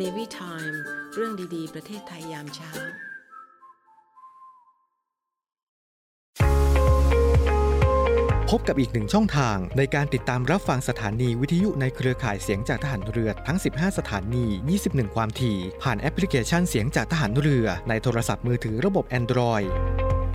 Navy Time เรื่องดีๆ ประเทศไทยยามเช้า พบกับอีกหนึ่งช่องทางในการติดตามรับฟังสถานีวิทยุในเครือข่ายเสียงจากทหารเรือทั้ง 15 สถานี 21 ความถี่ ผ่านแอปพลิเคชันเสียงจากทหารเรือในโทรศัพท์มือถือระบบ Android เ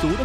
ศูนย์อ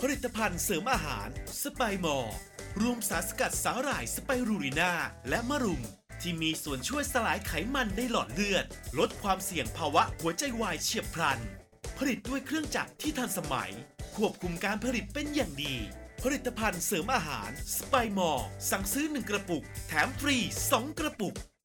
ผลิตภัณฑ์เสริมอาหารสไปมอร์รวมสารสกัดสาหร่ายสไปรูรินาและมะรุม ที่มีส่วนช่วยสลายไขมันในหลอดเลือด ลดความเสี่ยงภาวะหัวใจวายเฉียบพลัน ผลิตด้วยเครื่องจักรที่ทันสมัย ควบคุมการผลิตเป็นอย่างดี ผลิตภัณฑ์เสริมอาหารสไปมอร์สั่งซื้อ 1 กระปุก แถมฟรี 2 กระปุก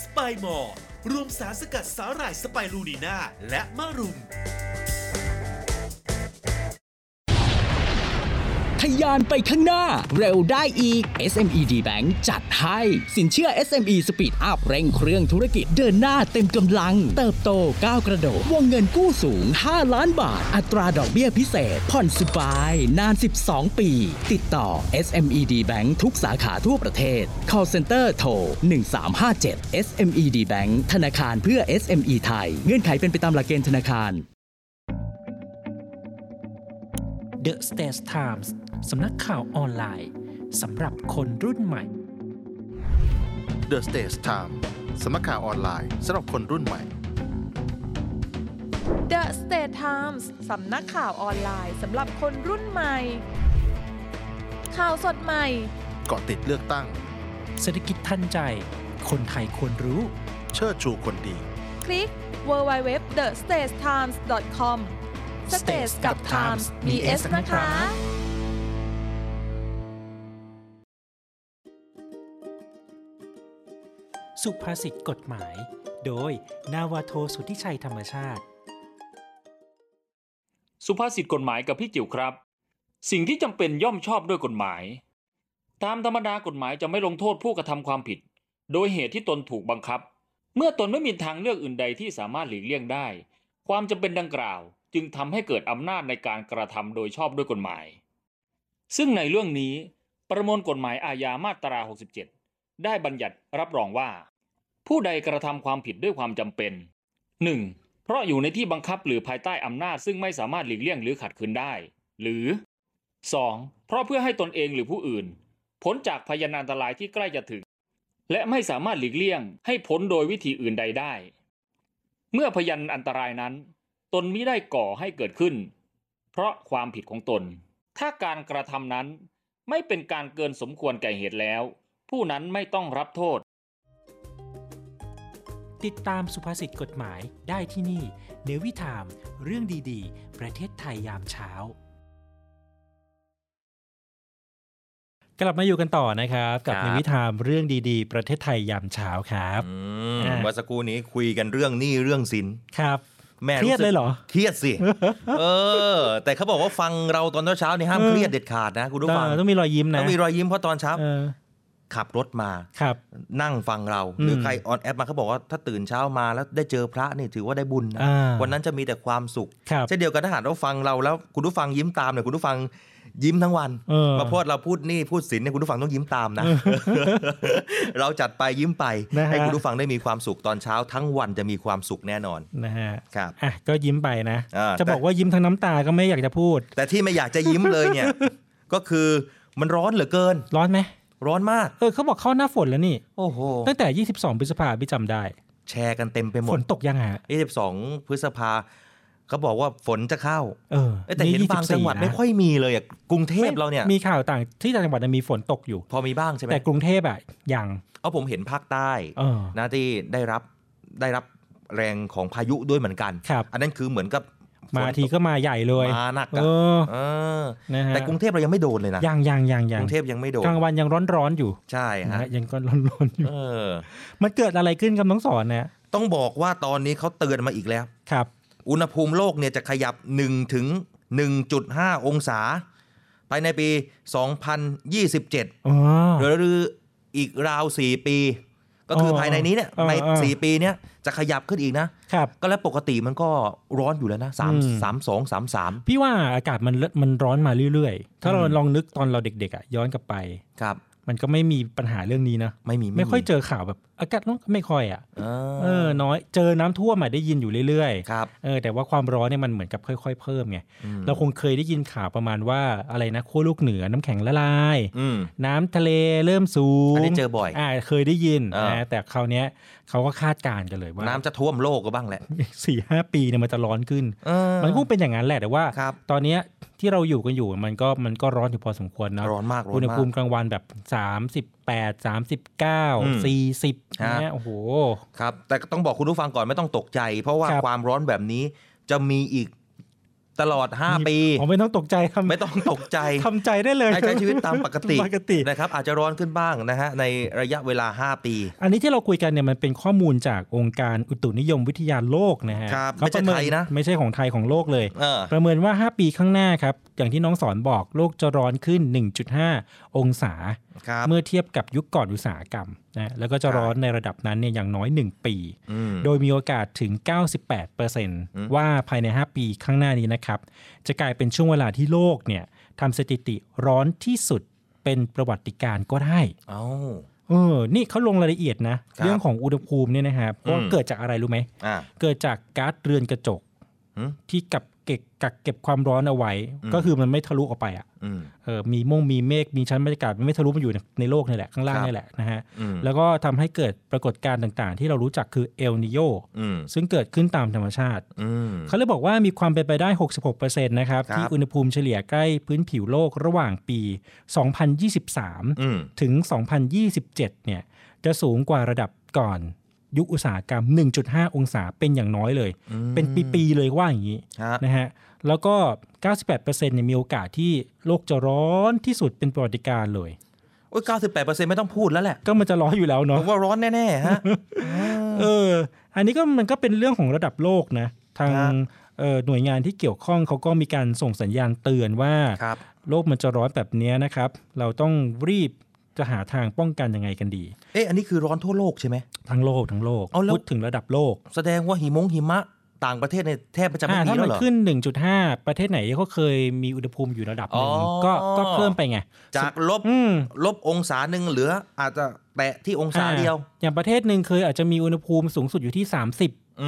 สไปมอร์รวมสารสกัดสาหร่ายสไปรูนีนาและมะรุม ทะยานไปข้างหน้า เร็วได้อีก SME D Bank จัดให้ สินเชื่อ SME Speed Up เร่งเครื่องธุรกิจเดินหน้าเต็มกำลัง เติบโตก้าวกระโดดวงเงินกู้สูง 5 ล้านบาท อัตราดอกเบี้ยพิเศษ ผ่อนสบาย นาน 12 ปี ติดต่อ SME D Bank ทุกสาขาทั่วประเทศ call center โทร 1357 SME D Bank ธนาคารเพื่อ SME ไทย เงื่อนไขเป็นไปตามหลักเกณฑ์ธนาคาร The States Times สำนักข่าวออนไลน์ สำหรับคนรุ่นใหม่ The Stage Time สำนักข่าวออนไลน์สำหรับคนรุ่นใหม่ The State Times สำนักข่าวออนไลน์สำหรับคนรุ่นใหม่ ข่าวสดใหม่ เกาะติดเลือกตั้ง เศรษฐกิจทันใจ คนไทยควรรู้ เชิดชูคนดี คลิก www the stage times com stage กับ times มี s นะคะ สุภาษิตกฎหมาย โดย นาวาโทสุทธิชัยธรรมชาติ สุภาษิตกฎหมายกับพี่จิ๋วครับ สิ่งที่จำเป็นย่อมชอบด้วยกฎหมาย ตามธรรมดากฎหมายจะไม่ลงโทษผู้กระทำความผิด โดยเหตุที่ตนถูกบังคับ เมื่อตนไม่มีทางเลือกอื่นใดที่สามารถหลีกเลี่ยงได้ ความจำเป็นดังกล่าว จึงทำให้เกิดอำนาจในการกระทำโดยชอบด้วยกฎหมาย ซึ่งในเรื่องนี้ ประมวลกฎหมายอาญามาตรา 67 ได้บัญญัติรับรองว่า ผู้ใดกระทำความผิดด้วยความจำเป็น 1. เพราะอยู่ในที่บังคับหรือภายใต้อำนาจซึ่งไม่สามารถหลีกเลี่ยงหรือขัดขืนได้ หรือ 2. เพราะเพื่อให้ตนเองหรือผู้อื่น พ้นจากพยานอันตรายที่ใกล้จะถึง และไม่สามารถหลีกเลี่ยงให้พ้นโดยวิธีอื่นใดได้ เมื่อพยานอันตรายนั้น ตนมิได้ก่อให้เกิดขึ้น เพราะความผิดของตน ถ้าการกระทำนั้นไม่เป็นการเกินสมควรแก่เหตุแล้ว ผู้นั้นไม่ต้องรับโทษ ติดตามสุภาษิตกฎหมายได้ที่นี่ เนวิทาม เรื่องดีๆ ประเทศไทยยามเช้า กลับมาอยู่กันต่อนะครับ กับ ครับ ในวิธามเรื่องดีๆ ประเทศไทยยามเช้าครับ อืม อ่า เมื่อสักครู่นี้คุยกันเรื่องหนี้เรื่องสิน ครับ แม่ เครียด สึก เลยเหรอ เครียดสิ เออ แต่เขาบอกว่าฟังเราตอนเช้าๆเนี่ยห้าม เออ เครียดเด็ดขาดนะคุณผู้ฟัง เออต้องมีรอยยิ้มนะ ต้องมีรอยยิ้มเพราะตอนเช้า เออ ขับรถมา ครับ นั่งฟังเราหรืออ ม ใครออนแอปมาเขาบอกว่าถ้าตื่นเช้ามาแล้วได้เจอพระนี่ถือว่าได้บุญนะ อ่า วันนั้นจะมีแต่ความสุข ครับ เช่นเดียวกันถ้าหากเราฟังเราแล้วคุณผู้ฟังยิ้มตามเนี่ยคุณผู้ฟังยิ้มทั้งวัน เออ มาพอดเราพูดหนี่พูดสินเนี่ยคุณผู้ฟังต้องยิ้มตามนะ เราจัดไปยิ้มไป นะฮะ ให้คุณผู้ฟังได้มีความสุขตอนเช้าทั้งวันจะมีความสุขแน่นอน นะฮะ ครับ อ่ะก็ยิ้มไปนะ อ่า จะ แต่ บอกว่ายิ้มทั้งน้ำตาก็ไม่อยากจะพูด แต่ที่ไม่อยากจะยิ้มเลย เนี่ย ก็คือมันร้อนเหลือเกิน ร้อนไหม ร้อนมาก เออเขาบอกเข้าหน้าฝนแล้วนี่ โอ้โห ตั้งแต่ 22 พฤษภาพี่จำได้ แชร์กันเต็มไปหม ฝ ด นตกยังฮะ 22 พฤษภาเขาบอกว่าฝนจะเข้า เออ เอ้ยแต่เห็นบาง 24 จังหวัดไม่ค่อยมีเลยอะกรุงเทพเราเนี่ย มีข่าวต่างที่ต่างจังหวัดน่ะมีฝนตกอยู่ พอมีบ้างใช่ไหม แต่กรุงเทพอะยัง เอาผมเห็นภาคใต้ เออ นะที่ได้รับได้รับ แรงของพายุด้วยเหมือนกัน อันนั้นคือเหมือนกับ มาทีก็มาใหญ่เลย มาหนัก เอ อะ อ เออ นะฮะ แต่กรุงเทพเรายังไม่โดนเลยนะ ยังยังยังยัง กรุงเทพยังไม่โดน กลางวันยังร้อนๆอยู่ ใช่ นะ ฮะ ฮะยังก็ร้อนๆอยู่ เออ มันเกิดอะไรขึ้นกับน้องสอนเนี่ย ต้องบอกว่าตอนนี้เขาเตือนมาอีกแล้ว ครับ อุณหภูมิโลกเนี่ยจะขยับ1ถึง1.5 องศา ภายในปี 2027 อ๋อ หรืออีกราว 4 ปี ก็คือ เออ ภายในนี้เนี่ย เออ ใน เออ 4 ปีเนี่ยจะขยับขึ้นอีกนะ ก็แล้วปกติมันก็ร้อนอยู่แล้วนะ อืม 3 3 2 3 3 พี่ว่าอากาศมันเลมันร้อนมาเรื่อยๆ ถ้าเราลองนึกตอนเราเด็กๆอ่ะย้อนกลับไป ครับ มันก็ไม่มีปัญหาเรื่องนี้นะ ไม่มี ไม่ค่อยเจอข่าวแบบอากาศร้อนก็ไม่ค่อยอ่ะ เอ เออ น้อย เจอน้ำท่วมอะได้ยินอยู่เรื่อย ๆ ครับ เออ แต่ว่าความร้อนเนี่ยมันเหมือนกับค่อย ๆ เพิ่มไง อืม เราคงเคยได้ยินข่าวประมาณว่าอะไรนะขั้วโลกเหนือน้ำแข็งละลาย อืม น้ำทะเลเริ่มสูง อันนี้เจอบ่อย อ่า เคยได้ยิน เออ นะแต่คราวเนี้ยเขาก็คาดการณ์กันเลยว่า น้ำจะท่วมโลกก็บ้างแหละ สี่ห้าปีเนี่ยมันจะร้อนขึ้น เออ มันคงเป็นอย่างนั้นแหละแต่ว่า ตอนเนี้ยที่เราอยู่กันอยู่มันก็มันก็ร้อนอยู่พอสมควรนะ ร้อนมากร้อนมาก อุณหภูมิกลางวันแบบ 38 อืม 39 40 ฮะ เนี่ยโอ้โห ครับ แต่ก็ต้องบอกคุณผู้ฟังก่อนไม่ต้องตกใจ เพราะว่า ครับ ความร้อนแบบนี้จะมีอีกตลอด 5 ปี ผมไม่ต้องตกใจทำ ไม่ต้องตกใจ ทำใจได้เลย ให้ใช้ชีวิตตามปกตินะครับอาจจะร้อนขึ้นบ้างนะฮะในระยะเวลา 5 ปี อันนี้ที่เราคุยกันเนี่ยมันเป็นข้อมูลจากองค์การอุตุนิยมวิทยาโลกนะฮะ ครับ เขา ไม่ใช่ ปเน ไทยนะ ไม่ใช่ของไทยของโลกเลย เออ ประเมินว่า 5 ปีข้างหน้าครับ อย่างที่น้องสอนบอกโลกจะร้อนขึ้น 1.5 องศา เมื่อเทียบกับยุคก่อนอุตสาหกรรมนะแล้วก็จะร้อนในระดับนั้นเนี่ยอย่างน้อย 1 ปี อืม โดยมีโอกาสถึง 98%ว่าภายใน 5 ปีข้างหน้านี้นะครับ จะกลายเป็นช่วงเวลาที่โลกเนี่ยทำสถิติร้อนที่สุดเป็นประวัติการณ์ก็ได้ เอา เออ นี่เขาลงรายละเอียดนะ ครับ เรื่องของอุณหภูมิเนี่ยนะครับ อืม ว่าเกิดจากอะไรรู้ไหม อ่า เกิดจากก๊าซเรือนกระจก หืม ที่กับเก็บกักเก็บความร้อนเอาไว้ อืม ก็คือมันไม่ทะลุออกไปอ่ะ อืม เออมีม่วงมีเมฆมีชั้นบรรยากาศมันไม่ทะลุมันอยู่ในในโลกนี่แหละ ข้างล่าง ครับ นี่แหละนะฮะ อืม แล้วก็ทำให้เกิดปรากฏการณ์ต่างๆ ที่เรารู้จักคือเอลนิโย อืม ซึ่งเกิดขึ้นตามธรรมชาติ อืม เขาเลยบอกว่ามีความเป็นไปได้ 66%นะครับ ที่อุณหภูมิเฉลี่ยใกล้พื้นผิวโลกระหว่างปี อืม 2023 ถึง 2027 เนี่ย จะสูงกว่าระดับก่อนยุคอุตสาหกรรม 1.5 องศาเป็นอย่างน้อยเลย เป็นปีๆเลยว่าอย่างนี้ ฮะ นะฮะ แล้วก็ 98%เนี่ยมีโอกาสที่โลกจะร้อนที่สุดเป็นประวัติการณ์เลย โอ้ยเก้าสิบแปดเปอร์เซ็นต์ไม่ต้องพูดแล้วแหละ ก็มันจะร้อนอยู่แล้วเนาะ ผมว่าร้อนแน่ๆ ฮะ เออ อันนี้ก็มันก็เป็นเรื่องของระดับโลกนะ ทางเอ่อหน่วยงานที่เกี่ยวข้องเขาก็มีการส่งสัญญาณเตือนว่า โลกมันจะร้อนแบบเนี้ยนะครับ เราต้องรีบจะหาทางป้องกันยังไงกันดี เอ๊ะอันนี้คือร้อนทั่วโลกใช่ไหม ทั้งโลกทั้งโลก เอาแล้ว พูดถึงระดับโลก แสดงว่าหิมงหิมะต่างประเทศเนี่ยแทบจะไม่ อ่า มี ถ้ามัแล้วน เหรอ ขึ้น 1.5 ประเทศไหนที่เขาเคยมีอุณหภูมิอยู่ระดับหนึ่ง อ๋อ ก็ก็เพิ่มไปไง จากลบลบองศาหนึ่งเหลือ อาจจะแตะที่องศาเดียว อ่าอย่างประเทศหนึ่งเคยอาจจะมีอุณหภูมิสูงสุดอยู่ที่ อื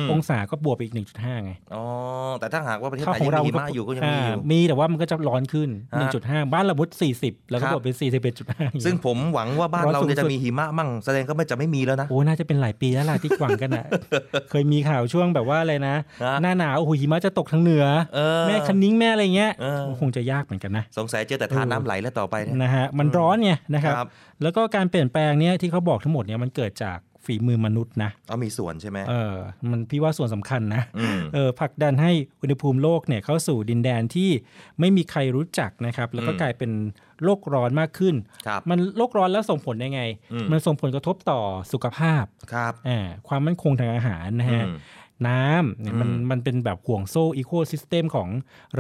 ม 30 องศาก็บวกไปอีก 1.5 ไง อ๋อแต่ถ้าหากว่าประเทศ ถ้า ไทย ของ ยัง เรา มีหิ ก็ มะอยู่ก็ยังมีอยู่ ามีแต่ว่ามันก็จะร้อนขึ้น ฮะ 1.5 บ้านเรามุด40 แล้วก็ ครับ บ วกเป็น 41.5 ซึ่งผมหวังว่าบ้านเราเนี่ยจะมีหิมะมั่งแสดงก็ไม่จะไม่มีแล้วนะ โอ้น่าจะเป็นหลายปีแล้วล่ะที่หวัง กันอ่ะ เคยมีข่าวช่วงแบบว่าอะไรนะ ฮะ หน้าหนาวโอ้โหหิมะจะตกทางเหนือ เออ แม่คันนิ้งแม่อะไรเงี้ย เออ คงจะยากเหมือนกันนะ สงสัยเจอแต่ทานน้ำไหลแล้วต่อไปเย นะฮะมันร้อนไงนะครับ ครับ แล้วก็การเปลี่ยนแปลงเนี้ยที่เขาบอกทั้งหมดเนี่ยมันเกิดจากฝีมือมนุษย์นะ เอามีส่วนใช่ไหม เออ มันพี่ว่าส่วนสำคัญนะ อืม เออผลักดันให้อุณหภูมิโลกเนี่ยเข้าสู่ดินแดนที่ไม่มีใครรู้จักนะครับ แล้วก็ อืม กลายเป็นโลกร้อนมากขึ้น มันโลกร้อนแล้วส่งผลยังไง อืม มันส่งผลกระทบต่อสุขภาพ ครับ อ่าความมั่นคงทางอาหารนะฮะ อืม น้ำเนี่ยมัน อืม มันเป็นแบบห่วงโซ่อีโคซิสเต็มของ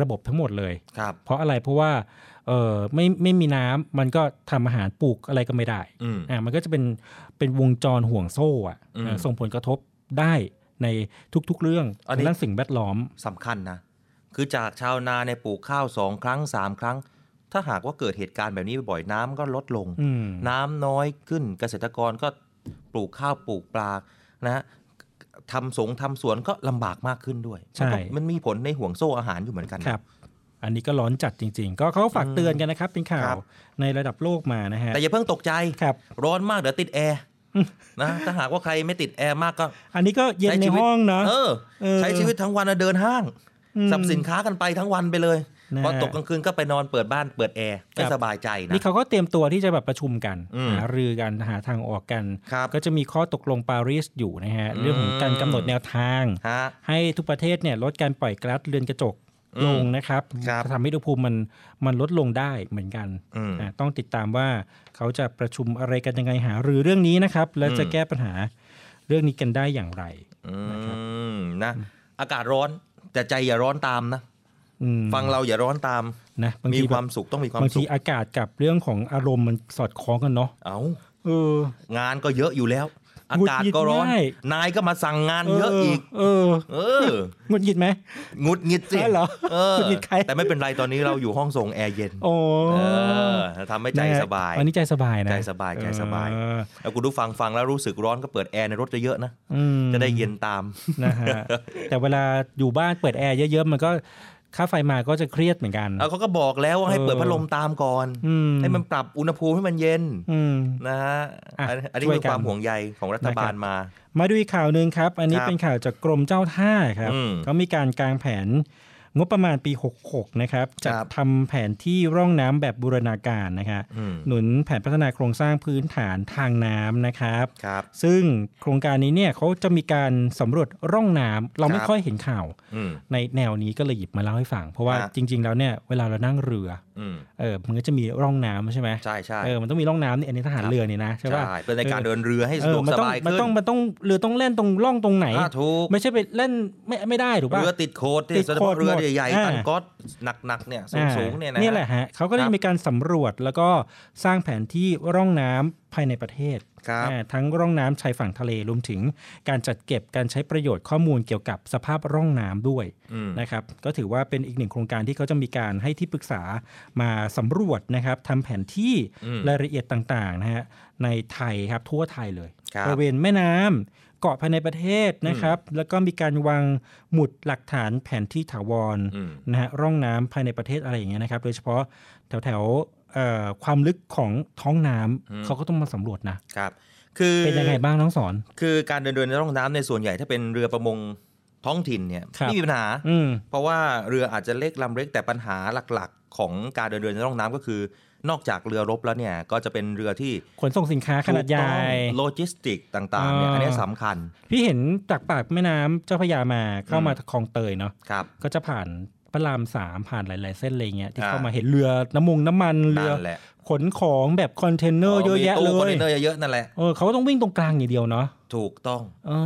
ระบบทั้งหมดเลย ครับ เพราะอะไรเพราะว่าเออไม่ไม่มีน้ำมันก็ทำอาหารปลูกอะไรก็ไม่ได้ อืม อ่ามันก็จะเป็นเป็นวงจรห่วงโซ่อะ อืม อ่ะส่งผลกระทบได้ในทุกๆเรื่อง อันนี้ ทางด้านสิ่งแวดล้อม สำคัญนะ คือจากชาวนาในยปลูกข้าวสองครั้งสามครั้ง ถ้าหากว่าเกิดเหตุการณ์แบบนี้บ่อยๆน้ำก็ลดลง อืม น้ำน้อยขึ้นเกษตรกรก็ปลูกข้าวปลูกปลานะฮะทำสงทำสวนก็ลำบากมากขึ้นด้วย ใช่ มันก็มันมีผลในห่วงโซ่อาหารอยู่เหมือนกันนะ ครับ อันนี้ก็ร้อนจัดจริง ๆ ก็เขาฝากเตือนกันนะครับ เป็นข่า ครั ว บ ในระดับโลกมานะฮะ แต่อย่าเพิ่งตกใจ ครับ ร้อนมากเดี๋ยวติดแอร์นะ ถ้าหากว่าใครไม่ติดแอร์มากก็ อันนี้ก็เย็น ช้ ใน ชีวิต ห้องเนาะ เออ เออ ใช้ชีวิตทั้งวันนะเดินห้าง อืม สับสินค้ากันไปทั้งวันไปเลย นะฮะ พอตกกลางคืนก็ไปนอนเปิดบ้านเปิดแอร์ไม่สบายใจนะ นี่เขาก็เตรียมตัวที่จะแบบประชุมกัน อืม หารือกันหาทางออกกัน ก็จะมีข้อตกลงปารีสอยู่นะฮะ อืม เรื่องของการกำหนดแนวทาง ให้ทุกประเทศเนี่ยลดการปล่อยก๊าซเรือนกระจก อืม ลงนะครับจะทำให้อุณหภูมิมันมันลดลงได้เหมือนกันอ่ะต้องติดตามว่าเขาจะประชุมอะไรกันยังไงหารือเรื่องนี้นะครับ และจะ อืม แก้ปัญหาเรื่องนี้กันได้อย่างไร อืมนะอากาศร้อนแต่ใจอย่าร้อนตามนะ อืม ฟังเราอย่าร้อนตาม นะบาง มี ทีแบบ ความสุขต้องมีความ บาง สุ ที ข อากาศกับเรื่องของอารมณ์มันสอดคล้องกันเนาะ เอา เออ งานก็เยอะอยู่แล้ว อา หงุด กาศ หงิด ก็ร้อน ง่าย นายก็มาสั่งงานเยอะอีก เออ เออ หงุดหงิดไหม งุดหงิดสิ อ๋อเหรอ เออ หงุดหงิดใคร แต่ไม่เป็นไรตอนนี้เราอยู่ห้องส่งแอร์เย็น โอ้ เออทำให้ใจ นะฮะ สบาย อันนี้ใจสบายนะ ใจสบายใจสบาย เออ แล้วคุณดูฟังฟังแล้วรู้สึกร้อนก็เปิดแอร์ในรถเยอะๆนะ อืม จะได้เย็นตาม นะฮะ แต่เวลาอยู่บ้านเปิดแอร์เยอะๆ มันก็ค่าไฟมาก็จะเครียดเหมือนกัน แล้วเขาก็บอกแล้วว่าให้ เออ เปิดพัดลมตามก่อน อืม ให้มันปรับอุณหภูมิให้มันเย็น อืม นะฮะ อ่ะ อันอันนี้ ช่วย คือความ กัน ห่วงใยของรัฐบาล นะครับ มา มาดูอีกข่าวหนึ่งครับ อันนี้ ครับ เป็นข่าวจากกรมเจ้าท่าครับ อืม เขามีการกางแผนงบประมาณปี 66 นะครับจัดทำแผนที่ร่องน้ำแบบบูรณาการนะครับ อืม หนุนแผนพัฒนาโครงสร้างพื้นฐานทางน้ำนะครับ ครับ ซึ่งโครงการนี้เนี่ยเขาจะมีการสำรวจร่องน้ำเราไม่ ครับ ค่อยเห็นข่าว อืม ในแนวนี้ก็เลยหยิบมาเล่าให้ฟัง เพราะว่า ฮะ จริง ๆ แล้วเนี่ยเวลาเรานั่งเรือ อืม เออมันก็จะมีร่องน้ำใช่ไหมใช่ ใช่ เออมันต้องมีร่องน้ำเนี่ยอันนี้ทหาร ครับ เรือเนี่ยนะใช่ป่ะ ใช่เป็นในการเดินเรือให้สะดวก มันต้ ส อง บายขึ้น มันต้องมันต้องเรือต้องแล่นตรงร่องตรงไหน อ่าถูก ไม่ใช่ไปเล่นไม่ไม่ได้ถูกป่ะ เรือติดโคด ติ เนี่ย ด โดยเฉ โค พาะ ต เรือ หมด ใหญ่ๆ อ่า ตันก๊อตหนักๆเนี่ย อ่า สูงๆเนี่ยนะ นี่แหละฮะเขาก็ได้ ครับ มีการสำรวจแล้วก็สร้างแผนที่ร่องน้ำภายในประเทศอ่าทั้งร่องน้ำชายฝั่งทะเลรวมถึงการจัดเก็บการใช้ประโยชน์ข้อมูลเกี่ยวกับสภาพร่องน้ำด้วย อืม นะครับก็ถือว่าเป็นอีกหนึ่งโครงการที่เขาจะมีการให้ที่ปรึกษามาสำรวจนะครับทำแผนที่ อืม รายละเอียดต่างๆนะฮะในไทยครับทั่วไทยเลย ครับ บริเวณแม่น้ำเกาะภายในประเทศนะครับ แล้วก็มีการวางหมุดหลักฐานแผนที่ถาวร นะฮะร่องน้ำภายในประเทศอะไรอย่างเงี้ยนะครับโดยเฉพาะแถวแถวๆเอ่อความลึกของท้องน้ำ อืม เขาก็ต้องมาสำรวจนะครับ คือ เป็นยังไงบ้างน้องสอน คือการเดินเรือในร่องน้ำในยส่วนใหญ่ถ้าเป็นเรือประมงท้องถิ่นเนี่ย ครับ ไม่มีปัญหา อืม เพราะว่าเรืออาจจะเล็กลำเล็กแต่ปัญหาหลักๆ ของการเดินเรือในร่องน้ำก็คือ นอกจากเรือรบแล้วเนี่ยก็จะเป็นเรือที่ ขนส่งสินค้าขนาดใหญ่ โลจิสติกต่างๆเนี่ยอันเนี้ยสำคัญ พี่เห็นจากปากแม่น้ำเจ้าพระยามาเข้ามาคลองเตยเนาะ ครับ ก็จะผ่านพระรามสามผ่านหลาย ๆ เส้นอะไรเงี้ยที่ อ่า เข้ามาเห็นเรือน้ำมงน้ำมันเรือ นั่นแหละ ขนของแบบคอนเทนเนอร์เยอะแยะ มี เล ตู้คอน ย เทนเนอร์เยอะๆนั่นแหละ เออเขาก็ต้องวิ่งตรงกลางอย่างเดียวเนาะ ถูกต้อง อ่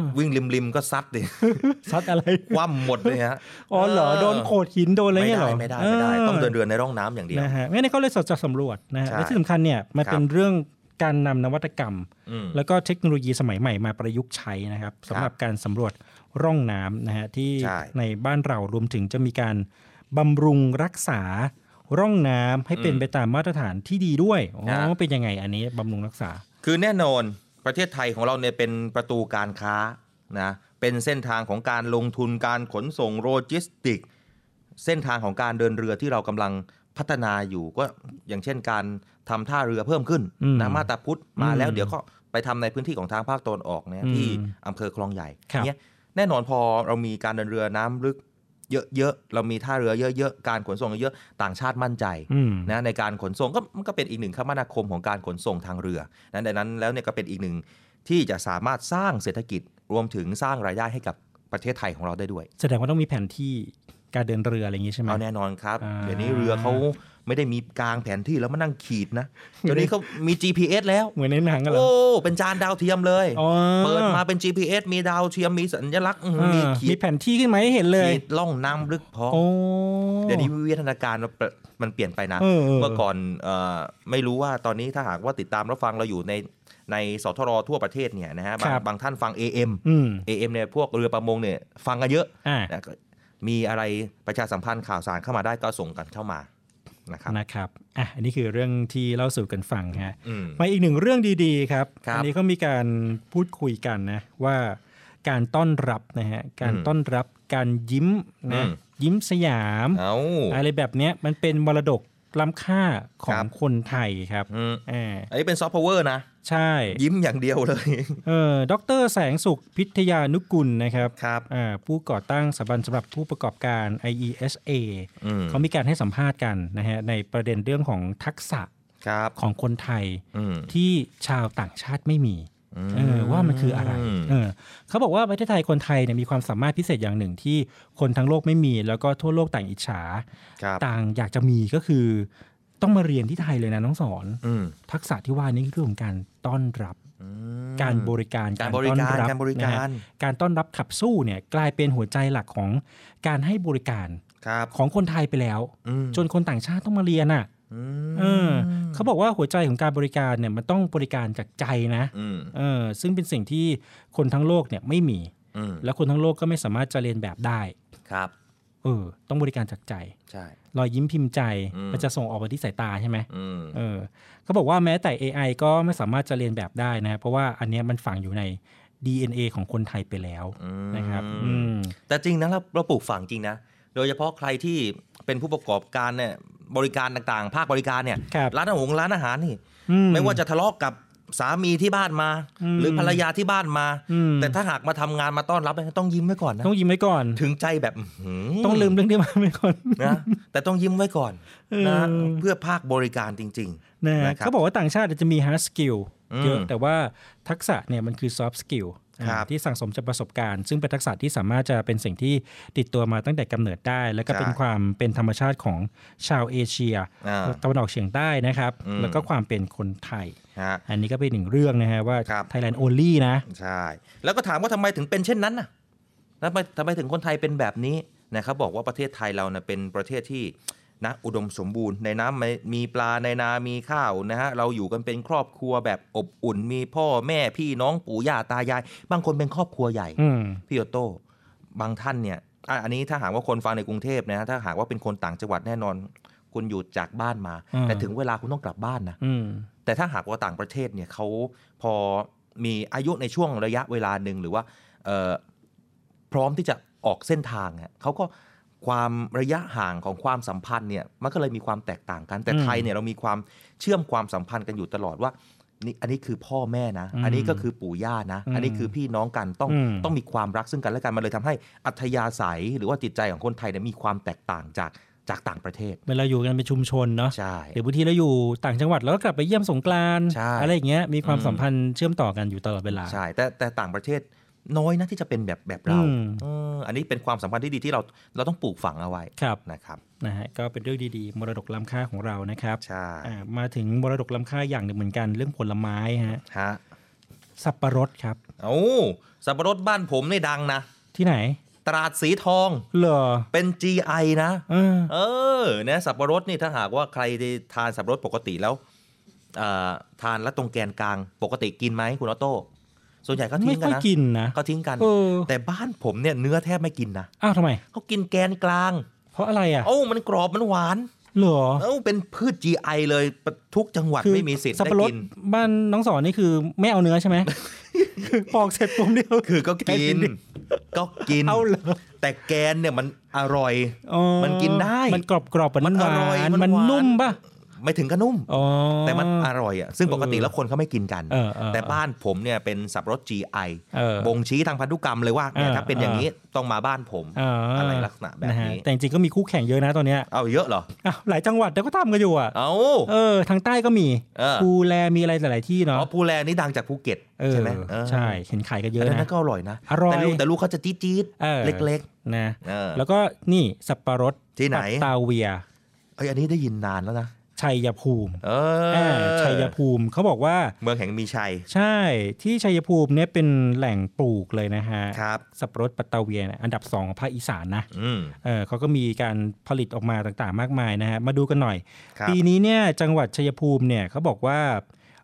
า วิ่งริมๆก็ซัดดิ ซัดอะไร คว่ำหมดเลยฮะ อ๋อเหรอโดนโขดหินโดนอะไรเงี้ยเหรอ ไม่ได้ไม่ได้ไม่ได้ ต้องเดินเรือ อ ในร่องน้ำอย่างเดียว นะฮะงั้นเขาเลยสอดจับสำรวจนะฮะ ใช่ และที่สำคัญเนี่ยมัน ครับ เป็นเรื่องการนำนวัตกรรม อืม แล้วก็เทคโนโลยีสมัยใหม่มาประยุกต์ใช้นะครับสำหรับการสำรวจร่องน้ำนะฮะที่ ใช่ ในบ้านเรารวมถึงจะมีการบำรุงรักษาร่องน้ำให้เป็นไปตามมาตรฐานที่ดีด้วยอ๋อเป็นยังไงอันนี้บำรุงรักษา คือแน่นอนประเทศไทยของเราเนี่ยเป็นประตูการค้านะเป็นเส้นทางของการลงทุนการขนส่งโลจิสติก เส้นทางของการเดินเรือที่เรากำลังพัฒนาอยู่ก็อย่างเช่นการทำท่าเรือเพิ่มขึ้น อืม นะมาตาพุทธมา อืม แล้วเดี๋ยวก็ไปทำในพื้นที่ของทางภาคตะวันออกเนี่ย อืม ที่อำเภอคลองใหญ่ ครับ เนี่ยแน่นอนพอเรามีการเดินเรือน้ำลึกเยอะๆเรามีท่าเรือเยอะๆการขนส่งเยอะๆต่างชาติมั่นใจ อืม นะในการขนส่งก็มันก็เป็นอีกหนึ่งคมนาคมของการขนส่งทางเรือนั้นดังนั้นแล้วเนี่ยก็เป็นอีกหนึ่งที่จะสามารถสร้างเศรษฐกิจรวมถึงสร้างรายได้ให้กับประเทศไทยของเราได้ด้วย แสดงว่าต้องมีแผนที่การเดินเรืออะไรอย่างงี้ใช่ไหม เอาแน่นอนครับ อ่า เดี๋ยวนี้เรือเขาไม่ได้มีกลางแผนที่แล้วมานั่งขีดนะเดี๋ยวนี้เขามี GPS แล้ว เหมือนในหนังกันเหรอ โอ้เป็นจานดาวเทียมเลย อ๋อ เปิดมาเป็น GPS มีดาวเทียมมีสัญลักษณ์อื้อหือมี อ่า ขี มี ด แผนที่ขึ้นมาให้เห็นเลย ขีดล่องน้ำลึกพอ โอ้ เดี๋ยวนี้วิวัฒนาการมันเปลี่ยนมันเปลี่ยนไปนะ เออเออ เมื่อก่อนเอ่อไม่รู้ว่าตอนนี้ถ้าหากว่าติดตามรับฟังเราอยู่ในในสทรทั่วประเทศเนี่ยนะฮะบาง ครับ บางท่านฟัง AM อืม AM เนี่ยพวกเรือประมงเนี่ยฟังกันเยอะ อ่า นะก็มีอะไรประชาสัมพันธ์ข่าวสารเข้ามาได้ก็ส่งกันเข้ามานะครับ นะครับอ่ะอันนี้คือเรื่องที่เล่าสู่กันฟังฮะ อืม มาอีกหนึ่งเรื่องดีๆครับ ครับ อันี้ก็มีการพูดคุยกันนะว่าการต้อนรับนะฮะการต้อนรับการยิ้ม อื นะ ม ยิ้มสยาม เอา อะไรแบบเนี้ยมันเป็นมรดก ล้ำค่าของคนไทยครับ อ่าอันนี้เป็นซอฟต์พาวเวอร์นะ ใช่ ยิ้มอย่างเดียวเลย เออดรแสงสุขพิทยานุกุลนะครับครับอ่าผู้ก่อตั้งสถาบันสำหรับผู้ประกอบการ IESA เขามีการให้สัมภาษณ์กันนะฮะในประเด็นเรื่องของทักษะของคนไทยที่ชาวต่างชาติไม่มีเออว่ามันคืออะไรเออเขาบอกว่าประเทศไทยคนไทยเนี่ยมีความสามารถพิเศษอย่างหนึ่งที่คนทั้งโลกไม่มี แล้วก็ทั่วโลกต่างอิจฉา ต่างอยากจะมีก็คือ ต้องมาเรียนที่ไทยเลยนะน้องสอนทักษะที่ว่านี้คือเรื่องของการต้อนรับ การบริการ การบริการ ต้อน การบริการ นะฮะการต้อนรับขับสู้เนี่ยกลายเป็นหัวใจหลักของการให้บริการของคนไทยไปแล้ว จนคนต่างชาติต้องมาเรียนอ่ะเออเขาบอกว่าหัวใจของการบริการเนี่ยมันต้องบริการจากใจนะเออซึ่งเป็นสิ่งที่คนทั้งโลกเนี่ยไม่มี และคนทั้งโลกก็ไม่สามารถจะเรียนแบบได้ ครับ เออต้องบริการจากใจ ใช่ รอยยิ้มพิมพ์ใจ อืม มันจะส่งออกมาที่สายตาใช่ไหม อืม เออเขาบอกว่าแม้แต่ AI ก็ไม่สามารถจะเรียนแบบได้นะเพราะว่าอันเนี้ยมันฝังอยู่ใน DNA ของคนไทยไปแล้วนะครับอืม แต่จริงนะเราเราปลูกฝังจริงนะ โดยเฉพาะใครที่เป็นผู้ประกอบการเนี่ยบริการต่างๆ ภาคบริการเนี่ยร้านอาหารร้านอาหารนี่ อืม ไม่ว่าจะทะเลาะกับสามีที่บ้านมา อืม หรือภรรยาที่บ้านมา อืม แต่ถ้าหากมาทำงานมาต้อนรับเนี่ยต้องยิ้มไว้ก่อนนะ ต้องยิ้มไว้ก่อน ถึงใจแบบหื ต้องลืมเรื่องที่มาไว้ก่อน นะแต่ต้องยิ้มไว้ก่อนนะ เออ เพื่อภาคบริการจริงๆ นะ นะครั เขาบอกว่าต่างชาติจะมี hard skill อืม เยอะแต่ว่าทักษะเนี่ยมันคือ soft skill ครับ อ่าที่สั่งสมจากประสบการณ์ ซึ่งเป็นทักษะที่สามารถจะเป็นสิ่งที่ติดตัวมาตั้งแต่กำเนิดได้ แล้วก็เป็นความเป็นธรรมชาติของชาวเอเชียตะวันออกเฉียงใต้นะครับ แล้วก็ความเป็นคนไทย อันนี้ก็เป็นหนึ่งเรื่องนะฮะว่า Thailand only นะ ใช่แล้วก็ถามว่าทำไมถึงเป็นเช่นนั้นน่ะแล้วทำไมทำไมถึงคนไทยเป็นแบบนี้นะครับบอกว่าประเทศไทยเราเนี่ยเป็นประเทศที่นะอุดมสมบูรณ์ในน้ำมีมีปลาในนามีข้าวนะฮะเราอยู่กันเป็นครอบครัวแบบอบอุ่น มีพ่อแม่พี่น้องปู่ย่าตายาย บางคนเป็นครอบครัวใหญ่ อืม พี่โอโต้บางท่านเนี่ยอ่ะอันนี้ถ้าหากว่าคนฟังในกรุงเทพนะถ้าหากว่าเป็นคนต่างจังหวัดแน่นอน คุณอยู่จากบ้านมา อืม แต่ถึงเวลาคุณต้องกลับบ้านนะ อืม แต่ถ้าหากว่าต่างประเทศเนี่ยเขาพอมีอายุในช่วงระยะเวลาหนึ่งหรือว่าเอ่อพร้อมที่จะออกเส้นทางอะเขาก็ความระยะห่างของความสัมพันธ์เนี่ยมันก็เลยมีความแตกต่างกันแต่ อืม ไทยเนี่ยเรามีความเชื่อมความสัมพันธ์กันอยู่ตลอดว่านี่อันนี้คือพ่อแม่นะ อืม อันนี้ก็คือปู่ย่านะ อืม อันนี้คือพี่น้องกันต้อง อืม ต้องมีความรักซึ่งกันและกันมันเลยทำให้อัธยาศัยหรือว่าจิตใจของคนไทยเนี่ยมีความแตกต่างจากจากต่างประเทศ เวลาอยู่กันเป็นชุมชนเนาะหรือบางทีเราอยู่ต่างจังหวัดแล้วก็กลับไปเยี่ยมสงกรานต์อะไรอย่างเงี้ยมีความ อืม สัมพันธ์เชื่อมต่อกันอยู่ตลอดเวลา ใช่แต่แต่ต่างประเทศน้อยนะที่จะเป็นแบบแบบเรา อืม เอออันนี้เป็นความสัมพันธ์ที่ดีที่เราเราต้องปลูกฝังเอาไว้ ครับ นะครับ นะฮะก็เป็นเรื่องดีๆ มรดกล้ำค่าของเรานะครับ อ่ามาถึงมรดกล้ำค่าอย่างหนึ่งเหมือนกันเรื่องผลไม้ฮะ ฮะ สับปะรดครับ โอ้สับปะรดบ้านผมนี่ดังนะ ที่ไหน ตราดสีทอง เหรอ เป็น GI นะ เออ เออนะสับปะรดนี่ถ้าหากว่าใครได้ทานสับปะรดปกติแล้วเอ่อทานแล้วตรงแกนกลางปกติกินไหมคุณออโต้ส่วนใหญ่ก็ทิ้ ไม่ ง ค่ กั อน ย นะ กินนะ ก็ทิ้งกัน เออ แต่บ้านผมเนี่ยเนื้อแทบไม่กินนะ อ้าวทำไม เขากินแกนกลาง เพราะอะไรอ่ะ เอ้ามันกรอบมันหวาน เหรอ เอ้าเป็นพืช GI เลยทุกจังหวัด คือ ไม่มีสิทธิ์ สับ ได้ ปะรด กิน บ้านน้องสอนนี่คือไม่เอาเนื้อใช่ไหม คือปอกเสร็จปุ๊บเดียว คือก็กิน ก็กิน เอาเหรอ แต่แกนเนี่ยมันอร่อย อ๋อ มันกินได้ มันกรอบกรอบมันห อ วา ร่อย น มัน มัน หวาน นุ่มป่ะ ไม่ถึงกับนุ่ม แต่มันอร่อยอ่ะ ซึ่ง เออ ปกติแล้วคนเขาไม่กินกัน เออเออ แต่บ้านผมเนี่ยเป็นสับปะรด GI เออ บ่งชี้ทางพันธุกรรมเลยว่าเนี่ย เออ ถ้าเป็นอย่างนี้ต้องมาบ้านผม เอออ อะไรลักษณะแบบ นะฮะ นี้ แต่จริงๆก็มีคู่แข่งเยอะนะตอนเนี้ย เอาเยอะเหรอ อ้าวหลายจังหวัดแต่ก็ทำกันอยู่อ่ะ เอา เออทางใต้ก็มี เออ ภูแลมีอะไรหลายๆที่เนาะ อ๋อภูแลนี่ดังจากภูเก็ต เออ ใช่ไหมเออ ใช่เห็นขายกันเยอะ แต่ นะ นั้นก็อร่อยนะ อร่อย แต่ลูกแต่ลูกเขาจะจี๊ดจี๊ดๆ ออ เล็ก ๆนะ เออ แล้วก็นี่สับปะรด ที่ไหน ปักตาเวีย ๆเอ้ยอันนี้ได้ยินนานแล้วนะ ชัยภูมิ เอ อ่า อ ชัยภูมิเขาบอกว่า เมืองแห่งมีชัย ใช่ที่ชัยภูมิเนี่ยเป็นแหล่งปลูกเลยนะฮะสับปะรดปัตตาเวียเนี่ยอันดับสองของภาคอีสานนะ อืม เออเขาก็มีการผลิตออกมาต่างๆ มากมายนะฮะมาดูกันหน่อย ครับ ปีนี้เนี่ยจังหวัดชัยภูมิเนี่ยเขาบอกว่า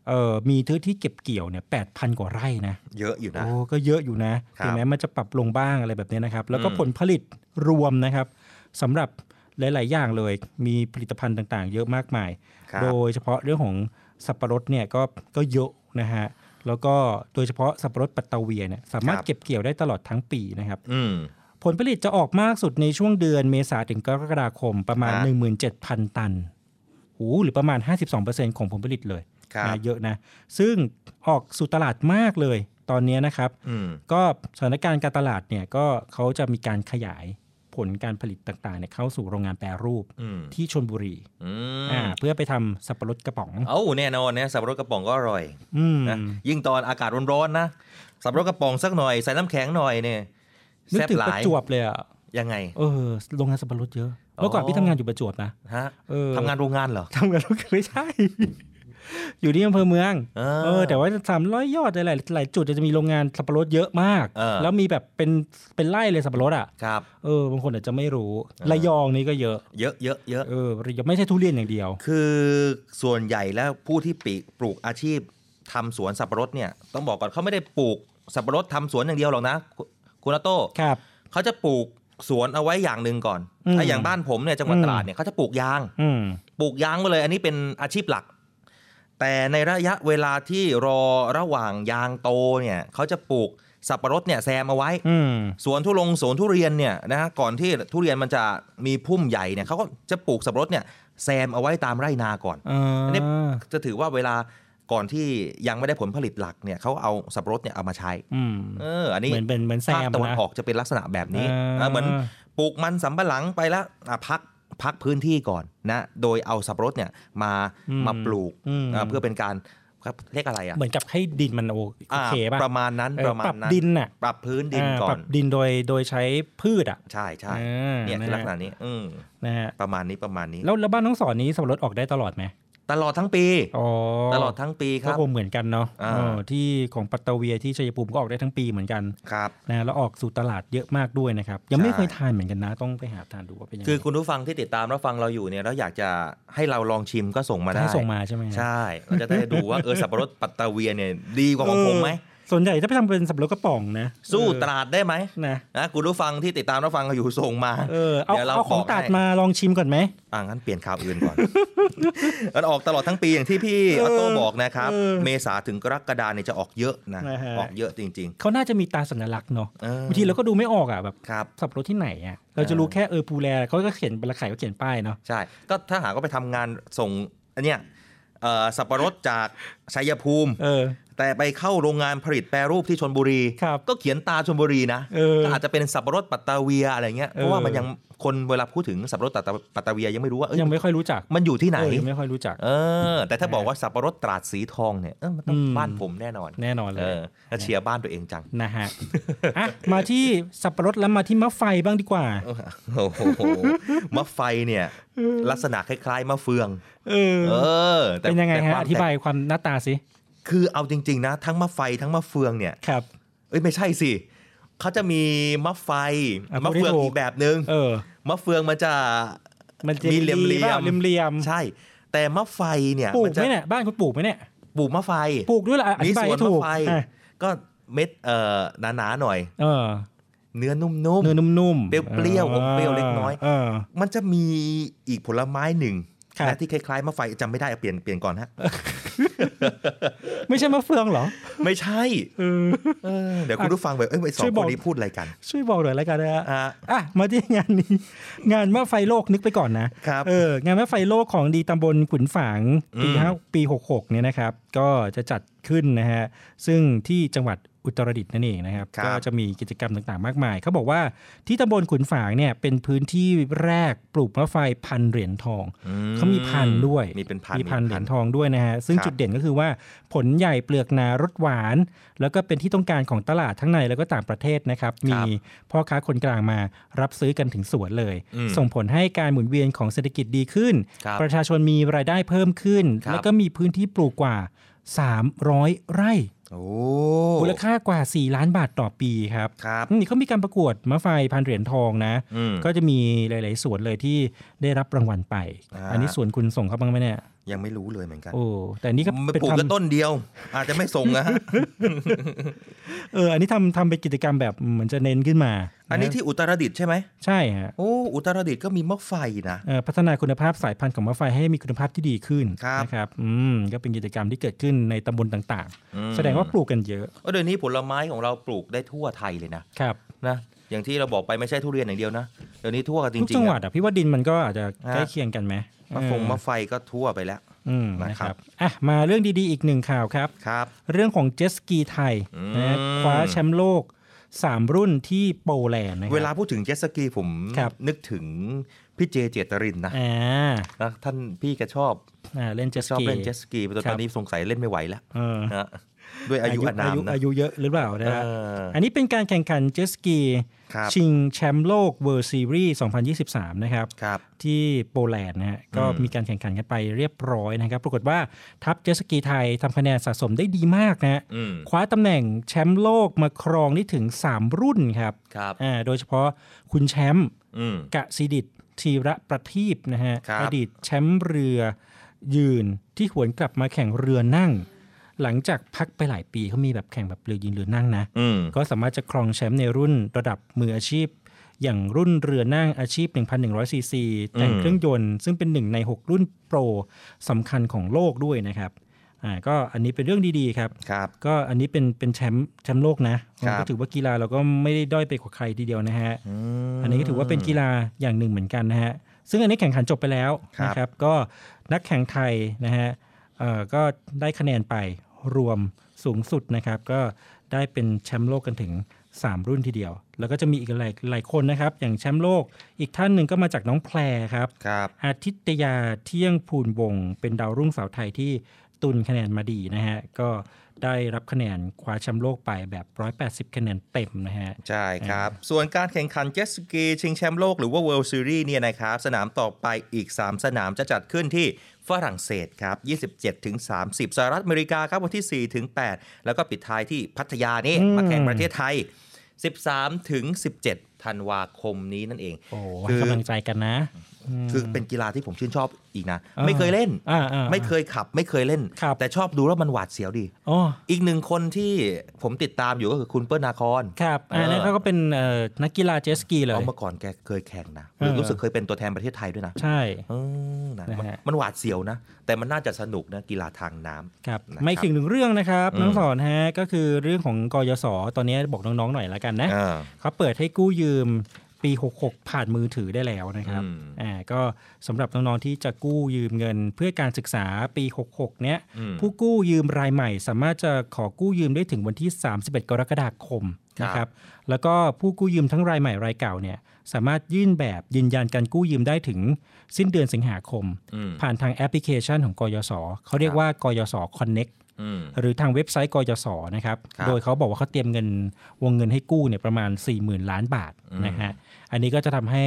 เออมีทื้นที่เก็บเกี่ยวเนี่ยแปดพันกว่าไร่นะ เยอะอยู่นะ โอ้ก็เยอะอยู่นะครับ ถึงแม้มันจะปรับลงบ้างอะไรแบบนี้นะครับ แล้วก็ อืม ผลผลิตรวมนะครับสำหรับหลาย ๆ อย่างเลย มีผลิตภัณฑ์ต่างๆ เยอะมากมาย โดยเฉพาะเรื่องของสับปะรดเนี่ยก็ก็เยอะนะฮะแล้วก็โดยเฉพาะสับปะรดปัตตาเวียเนี่ยสามารถเก็บเกี่ยวได้ตลอดทั้งปีนะครับ อืม ผลผลิตจะออกมากสุดในช่วงเดือนเมษาถึงกรกฎาคมประมาณ ฮะ 17,000 ตัน หูหรือประมาณ 52%ของผลผลิตเลย ครับ นะเยอะนะ ซึ่งออกสู่ตลาดมากเลยตอนนี้นะครับ อืม ก็สถานการณ์การตลาดเนี่ยก็เขาจะมีการขยายผลการผลิตต่างๆเนี่ยเข้าสู่โรงงานแปรรูป อืม ที่ชนบุรี อืม อ่าเพื่อไปทำสับปะรดกระป๋อง เอ้าแน่นอนนะสับปะรดกระป๋องก็อร่อย อืม นะยิ่งตอนอากาศร้อนๆนะสับปะรดกระป๋องสักหน่อยใส่น้ำแข็งหน่อยเนี่ย นึก แซ่บ ถึง หลา ประ ย จวบเลยอ่ะ ยังไง เออโรงงานสับปะรดเยอะเมื่อก่อนพี่ทำงานอยู่ประจวบนะ ฮะ เออ ทำงานโรงงานเหรอ ทำงานโรงงานไม่ ใช่ อยู่ที่อำเภอเมือง เออ เออ แต่ว่าสามร้อยยอดหลายหลายจุดจะมีโรงงานสับปะรดเยอะมาก เออ แล้วมีแบบเป็นเป็นไร่เลยสับปะรดอ่ะ ครับ เออบางคนอาจจะไม่รู้ระยองนี่ก็เยอะ เยอะเยอะเยอะ เออระยองไม่ใช่ทุเรียนอย่างเดียว คือส่วนใหญ่แล้วผู้ที่ปีปลูกอาชีพทำสวนสับปะรดเนี่ยต้องบอกก่อนเขาไม่ได้ปลูกสับปะรดทำสวนอย่างเดียวหรอกนะ คุณคุณอาโต้ ครับ เขาจะปลูกสวนเอาไว้อย่างหนึ่งก่อน อืม ถ้าอย่างบ้านผมเนี่ยจังหวัด อืม ตราดเนี่ยเขาจะปลูกยาง อืม ปลูกยางมาเลย อันนี้เป็นอาชีพหลัก แต่ในระยะเวลาที่รอระหว่างยางโตเนี่ยเขาจะปลูกสับปะรดเนี่ยแซมเอาไว้ อืม สวนทุลงสวนทุเรียนเนี่ยนะฮะก่อนที่ทุเรียนมันจะมีพุ่มใหญ่เนี่ยเขาก็จะปลูกสับปะรดเนี่ยแซมเอาไว้ตามไร่นาก่อน เอออั นนี้จะถือว่าเวลาก่อนที่ยังไม่ได้ผลผลิตหลักเนี่ยเขาเอาสับปะรดเนี่ยเอามาใช้ อืม เอออันนี้ เหมือนเป็นเหมือนแซม ภาคตะวัน นะ ออกจะเป็นลักษณะแบบนี้ เออ เออเหมือนปลูกมันสำปะหลังไปแล้วอ่ะพักพักพื้นที่ก่อนนะโดยเอาสับปะรดเนี่ยมา อืม มาปลูก อืม อ่ะเพื่อเป็นการครับเรียกอะไรอ่ะ เหมือนกับให้ดินมันโอโอเคป่ะ อ่าประมาณนั้น เออ ประมาณ ปรับ นั้น ดินน่ะ ปรับพื้นดินก่อ ปรั น บดินโดยโดยใช้พืชอ่ะ ใช่ใช่ อ่า เนี่ยคือ นะฮะ ลักษณะนี้อืม นะฮะ ประมาณนี้ประมาณนี้ แล้วแล้วบ้านน้องสอนนี้สับปะรดออกได้ตลอดไหม ตลอดทั้งปี อ๋อ ตลอดทั้งปีค ก็ รับ คงเหมือนกันเนาะ อ่า เออที่ของปัตตาเวียที่ชัยภูมิก็ออกได้ทั้งปีเหมือนกัน ครับ นะแล้วออกสู่ตลาดเยอะมากด้วยนะครับ ยังไม่ ใช่ เคยทานเหมือนกันนะ ต้องไปหาทานดูว่าเป็นยังไง คือคุณผู้ฟังที่ติดตามรับฟังเราอยู่เนี่ยแล้วอยากจะให้เราลองชิมก็ส่งมาได้ ให้ส่งมาใช่ไหมฮะ ใช่เราจะได้ดูว่าเออสับปะรดปัตตาเวียเนี่ยดีกว่าของผมไหม เออส่วนใหญ่จะไปทำเป็นสับปะรดกระป๋องนะ สู้ เออ ตราดได้ไหม นะ นะคุณผู้ฟังที่ติดตามรับฟังเราอยู่ส่งมา เออเอา ดี๋ยว เอาของ บก ตัด ให้ มาลองชิมก่อนไหม อ่างั้นเปลี่ยนข่าวอื่นก่อน มันออกตลอดทั้งปีอย่างที่พี่ออโต้บอกนะครับ เออ เมษาถึงกรกฎาเนี่ยจะออกเยอะนะ นะฮะ ออกเยอะจริง เขาน่าจะมีตาสัญลักษณ์เนาะ เออบ างทีเราก็ดูไม่ออกอ่ะแบบ ครับ สับปะรดที่ไหนอ่ะเราจะรู้แค่เออปูแลเขาก็เขียนราคายก็เขียนป้ายเนาะ ใช่ ก็ถ้าหากว่าไปทำงานส่งอันเนี้ยเอ่อสับปะรดจากชัยภูมิ เออ แต่ไปเข้าโรงงานผลิตแปรรูปที่ชนบุรี ครับ ก็เขียนตาชนบุรีนะ เออ ก็อาจจะเป็นสับปะรดปัตตาเวียอะไรเงี้ย เออ เพราะว่ามันยังคนเวลาพูดถึงสับปะรดปัตตาปัตตาเวียยังไม่รู้ว่าเอ้ย ยังไม่ค่อยรู้จัก มันอยู่ที่ไหน เออยังไม่ค่อยรู้จัก เออ แต่ถ้าบอกว่าสับปะรดตราดสีทองเนี่ยเออมันต้อง อืม บ้านผมแน่นอน แน่นอนเล เอย อแล้วเชียร์บ้านตัวเองจัง นะฮะอ่ะมาที่สับปะรดแล้วมาที่มะไฟบ้างดีกว่า โอ้โหมะไฟเนี่ยลักษณะคล้ายๆมะเฟือง เออ เออแต่ เป็นยังไง แต่ ฮะ คอวมแตก ธิบายความหน้าตาสิ คือเอาจริง ๆ นะ ทั้งมะไฟทั้งมะเฟืองเนี่ย ครับ เอ้ยไม่ใช่สิเขาจะมีมะไฟ อ่ะ มะเฟือง พูดให้ถูก อีกแบบนึง เออ มะเฟืองมันจะ มันจะ มีเหลี่ยม ดี เหลี่ย ปะ ม เหลี่ยมๆ ใช่ แต่มะไฟเนี่ย ปลูก น ไห จะ มเนี่ยบ้านคุณปลูกไหมเนี่ย ปลูกมะไฟ ปลูกด้วยล่ะอ มี ธิบาย สวน ให้ถูกมะไฟ อ่ะ ก็เม็ดเอ่อหนาๆหน่อย เออ เนื้อนุ่ม เนื้อนุ่ม ๆเปรี้ยวๆอมเปรี้ยวเล็กน้อย เออ มันจะมีอีกผลไม้หนึ่ง ครับ นะที่คล้ายๆมะไฟจำไม่ได้เอาเปลี่ยนเปลี่ยนก่อนฮะ ไม่ใช่มะเฟืองเหรอ ไม่ใช่เออเดี๋ยวคุณผู้ฟังแบบเอ้ยไอ้สอ ช่ ง วย ค บอก นนี้พูดอะไรกัน ช่วยบอกหน่อยแล้วกันนะฮะ อ่ะ อ่ะมาที่งานนี้ งานมะไฟโลกนึกไปก่อนนะครับเอองานมะไฟโลกของดีตำบลขุนฝางปี อืม ห้าปีหกหกเนี่ยนะครับ ก็จะจัดขึ้นนะฮะซึ่งที่จังหวัดอุตรดิตถ์นั่นเองนะครับ ครับ ก็จะมีกิจกรรมต่างๆ มากมาย เขาบอกว่าที่ตำบลขุนฝางเนี่ยเป็นพื้นที่แรกปลูกมะไฟพันเหรียญทอง อื เขามีพันธุ์ด้วย มีเป็นพัน มีพันธุ์เหรียญทองด้วยนะฮะ ซึ่ง ครับ จุดเด่นก็คือว่าผลใหญ่เปลือกหนารสหวาน แล้วก็เป็นที่ต้องการของตลาดทั้งในแล้วก็ต่างประเทศนะครับ มีพ่อค้าคนกลางมารับซื้อกันถึงสวนเลย อืม ส่งผลให้การหมุนเวียนของเศรษฐกิจดีขึ้น ครับ ประชาชนมีรายได้เพิ่มขึ้น ครับ แล้วก็มีพื้นที่ปลูกกว่า 300 ไร่ โอ้ มูลค่ากว่า 4 ล้านบาทต่อปีครับ ครับ นี่เขามีการประกวดมะไฟพันเหรียญทองนะ อืม ก็จะมีหลาย ๆ ส่วนเลยที่ได้รับรางวัลไป อ่า อันนี้ส่วนคุณส่งเขาบ้างไหมเนี่ย ยังไม่รู้เลยเหมือนกัน โอ้ แต่อันนี้ก็ มัน เป็น ปลูก ทำ กันต้นเดียว อาจจะไม่ส่งนะฮะ เออ อันนี้ทำทำเป็นกิจกรรมแบบเหมือนจะเน้นขึ้นมา อันนี้ ะ ที่อุตรดิตถ์ใช่ไหม ใช่ฮะ โอ้ อุตรดิตถ์ก็มีมะไฟนะ เอ่อพัฒนาคุณภาพสายพันธุ์ของมะไฟให้มีคุณภาพที่ดีขึ้น ครับ นะครับ อืม ก็เป็นกิจกรรมที่เกิดขึ้นในตำบลต่าง อืม ๆ แสดงว่าปลูกกันเยอะ เออเดี๋ยวนี้ผลไม้ของเราปลูกได้ทั่วไทยเลยนะ ครับ นะ อย่างที่เราบอกไปไม่ใช่ทุเรียนอย่างเดียวนะเดี๋ยวนี้ทั่วกันจริง ทุก ๆ จังหวัด อะ อ่ะพี่ว่าดินมันก็อาจจะ ฮะ ใกล้เคียงกันไหม มะฟงมะไฟก็ทั่วไปแล้ว อืม นะ นะ ค ค รั รับ บอ่ะมาเรื่องดีๆอีกหนึ่งข่าวครับ เรื่องของเจสกีไทยนะคว้าแชมป์โลก 3 รุ่นที่โปแลนด์นะครับ เวลาพูดถึงเจ็ตสกีผมนึกถึงพี่เจเจตรินนะ อ่า แล้วท่านพี่แกชอบ อ่าเล่นเจส ชอบ กี เล่นเจ็ตสกีแต่ ค ต รั อน บ นี้สงสัยเล่นไม่ไหวแล้ว เออ นะด้วยอายุอานามนะ อายุเยอะหรือเปล่านะฮะ เอออั อันนี้เป็นการแข่งขันเจตสกี ครับ ชิงแชมป์โลกเว r ร์ซีรีส์2023 นะครับ ที่โปแลนด์นะฮะก็ อืม มีการแข่งขันกันไปเรียบร้อยนะครับ ปรากฏว่าทัพเจตสกีไทยทำคะแนนสะสมได้ดีมากนะฮะ อืม คว้าตำแหน่งแชมป์โลกมาครองได้ถึง 3 รุ่นครับ ครับ อ่าโดยเฉพาะคุณแชมป์ อืม กะซิดิตทีระประทีปนะฮะ ครับ อดีตแชมป์เรือยืนที่หวนกลับมาแข่งเรือนั่ง หลังจากพักไปหลายปีเขามีแบบแข่งแบบเรือยืนเรือนั่งนะ อืม ก็สามารถจะครองแชมป์ในรุ่นระดับมืออาชีพ อย่างรุ่นเรือนั่งอาชีพ 1,100 ซีซีแต่ง อืม เครื่องยนต์ ซึ่งเป็นหนึ่งใน 6 รุ่นโปรสำคัญของโลกด้วยนะครับอ่าก็อันนี้เป็นเรื่องดีๆครับ ก็อันนี้เป็นเป็นแชมป์แชมป์โลกนะมันก็ถือว่ากีฬาเราก็ไม่ได้ด้อยไปกว่าใครทีเดียวนะฮะ อันนี้ก็ถือว่าเป็นกีฬาอย่างหนึ่งเหมือนกันนะฮะ ซึ่งอันนี้แข่งขันจบไปแล้ว ครับ นะครับ ก็นักแข่งไทยนะฮะเอ่อก็ได้คะแนนไปรวมสูงสุดนะครับ ก็ได้เป็นแชมป์โลกกันถึง 3 รุ่นทีเดียว แล้วก็จะมีอีกหลายหลายคนนะครับ อย่างแชมป์โลกอีกท่านหนึ่งก็มาจากน้องแพรครับ อาทิตยาเที่ยงภูนวงศ์เป็นดาวรุ่งสาวไทยที่ตุนคะแนนมาดีนะฮะ ก็ได้รับคะแนนคว้าแชมป์โลกไปแบบ 180 คะแนนเต็มนะฮะ ใช่ครับ ส่วนการแข่งขันเจ็ตสกีชิงแชมป์โลกหรือว่า World Series เนี่ยนะครับ สนามต่อไปอีก 3 สนามจะจัดขึ้นที่ฝรั่งเศสครับ 27ถึง30สหรัฐอเมริกาครับวันที่ 4 ถึง 8 แล้วก็ปิดท้ายที่พัทยานี่ อืม มาแข่งประเทศไทย 13 ถึง 17ธันวาคมนี้นั่นเอง โอ้โหให้กำลังใจกันนะม คือเป็นกีฬาที่ผมชื่นชอบอีกนะ อ่า ไม่เคยเล่น อ่าอ่าอ่า ไม่เคยขับ ไม่เคยเล่น แต่ชอบดูแล้วมันหวาดเสียวดี อ๋อ อีกหนึ่งคนที่ผมติดตามอยู่ก็คือคุณเปิ้ลนาคอน ครับอันนั้นเขาก็เป็นเอ่อนักกีฬาเจตสกีเลย เมื่อก่อนแกเคยแข่งนะหรือรู้สึกเคยเป็นตัวแทนประเทศไทยด้วยนะ ใช่ เออนะ นะ มัน ฮะ มันหวาดเสียวนะ แต่มันน่าจะสนุกนะกีฬาทางน้ำ ครับ นะครับ ไม่ถึงหนึ่งเรื่องนะครับ อืม น้องสอนฮะก็คือเรื่องของกยศตอนนี้บอกน้องๆหน่อยละกันนะ อ่า เขาเปิดให้กู้ยืมปี 66 ผ่านมือถือได้แล้วนะครับ อืม อ่าก็สำหรับน้องๆที่จะกู้ยืมเงินเพื่อการศึกษาปี 66 เนี้ย อืม ผู้กู้ยืมรายใหม่ สามารถจะขอกู้ยืมได้ถึงวันที่ 31 กรกฎาคมนะค ครั รับ บ แล้วก็ผู้กู้ยืมทั้งรายใหม่รายเก่าเนี่ยสามารถยื่นแบบยืนยันการกู้ยืมได้ถึงสิ้นเดือนสิงหาคม อืม ผ่านทางแอปพลิเคชันของกยศเขาเรียกว่ากยศ Connect อืม หรือทางเว็บไซต์กยศนะครับ ครับ โดยเขาบอกว่าเขาเตรียมเงินวงเงินให้กู้เนี่ยประมาณ 40,000 ล้านบาท อืม นะฮะ อันนี้ก็จะทำให้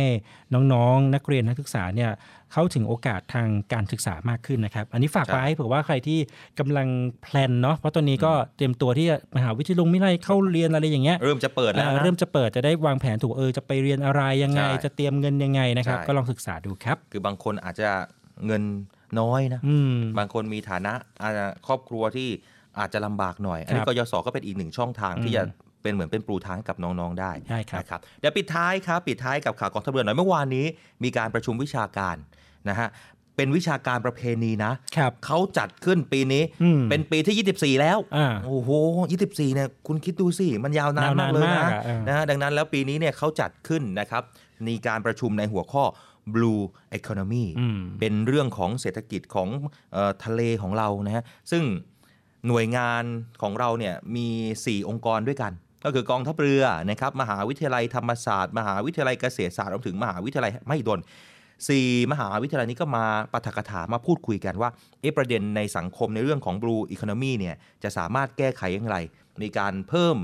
น้องๆ นักเรียนนักศึกษาเนี่ยเข้าถึงโอกาสทางการศึกษามากขึ้นนะครับ อันนี้ฝากไว้เผื่อว่าใครที่กำลังแพลนเนาะ เพราะตอนนี้ก็เตรียมตัวที่จะมหาวิทยาลัยไม่ไรเข้าเรียนอะไรอย่างเงี้ย เริ่มจะเปิดแล้ว อ่า นะ เริ่มจะเปิดจะได้วางแผนถูกเออจะไปเรียนอะไรยังไง ใช่ จะเตรียมเงินยังไงนะครับ ใช่ ก็ลองศึกษาดูครับ คือบางคนอาจจะเงินน้อยนะ อืม บางคนมีฐานะอาจจะครอบครัวที่อาจจะลำบากหน่อย อันนี้ ครับ กยศก็เป็นอีกหนึ่งช่องทาง อืม ที่จะเป็นเหมือนเป็นปลูทางให้กับน้องๆได้ ได้ครับ นะเดี๋ยวปิดท้ายครับปิดท้ายกับข่าวกองทัพเรือหน่อยเมื่อวานนี้ มีการประชุมวิชาการนะฮะเป็นวิชาการประเพณีนะครับ เขาจัดขึ้นปีนี้ อืม เป็นปีที่ 24 แล้ว อ่า โอ้โห 24เนี่ยคุณคิดดูสิมันยาวนานมากเลย ยาวนานมา นะ กอะเออ นะ นะฮะดังนั้นแล้วปีนี้เนี่ยเขาจัดขึ้นนะครับมีการประชุมในหัวข้อ Blue Economy อืม เป็นเรื่องของเศรษฐกิจของเออทะเลของเรานะฮะซึ่งหน่วยงานของเราเนี่ยมี 4 องค์กรด้วยกัน ก็คือกองทัพเรือนะครับมหาวิทยาลัยธรรมศาสตร์ มหาวิทยาลัยเกษตรศาสตร์รวมถึงมหาวิทยาลัยไม่ดน สี่มหาวิทยาลัยนี้ก็มาปาฐกถามาพูดคุยกันว่าเอะประเด็นในสังคมในเรื่องของ Blue Economy เนี่ยจะสามารถแก้ไขอย่างไร มีการเพิ่ม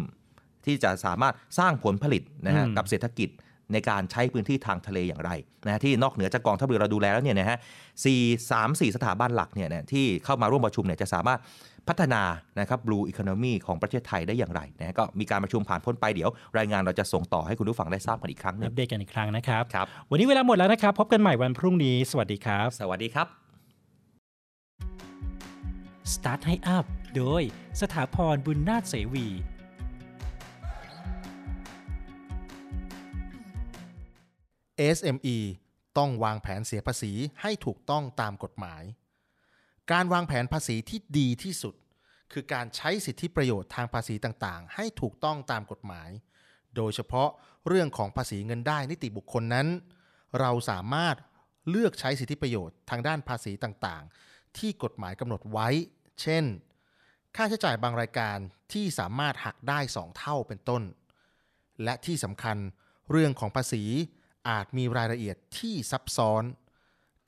ที่จะสามารถสร้างผลผลิตนะฮะ อืม กับเศรษฐกิจในการใช้พื้นที่ทางทะเลอย่างไรนะฮะที่นอกเหนือจากกองทัพเรือเราดูแลแล้วเนี่ยนะฮะสี่สามสี่สถาบันหลักเนี่ยนะที่เข้ามาร่วมประชุมเนี่ยจะสามารถพัฒนานะครับ Blue Economy ของประเทศไทยได้อย่างไรนะฮะก็มีการประชุมผ่านพ้นไปเดี๋ยว รายงานเราจะส่งต่อให้คุณผู้ฟังได้ทราบกันอีกครั้งหนึ อั ง ปเดตกันอีกครั้งนะครับ ครับ วันนี้เวลาหมดแล้วนะครับ พบกันใหม่วันพรุ่งนี้ สวัสดีครับ สวัสดีครับ Start ให้อัพโดยสถาพรบุญนาถเสวี SME ต้องวางแผนเสียภาษีให้ถูกต้องตามกฎหมาย การวางแผนภาษีที่ดีที่สุด คือการใช้สิทธิประโยชน์ทางภาษีต่างๆ ให้ถูกต้องตามกฎหมาย โดยเฉพาะเรื่องของภาษีเงินได้นิติบุคคลนั้น เราสามารถเลือกใช้สิทธิประโยชน์ทางด้านภาษีต่างๆ ที่กฎหมายกำหนดไว้ เช่น ค่าใช้จ่ายบางรายการที่สามารถหักได้ 2 เท่าเป็นต้น และที่สำคัญเรื่องของภาษีอาจมีรายละเอียดที่ซับซ้อน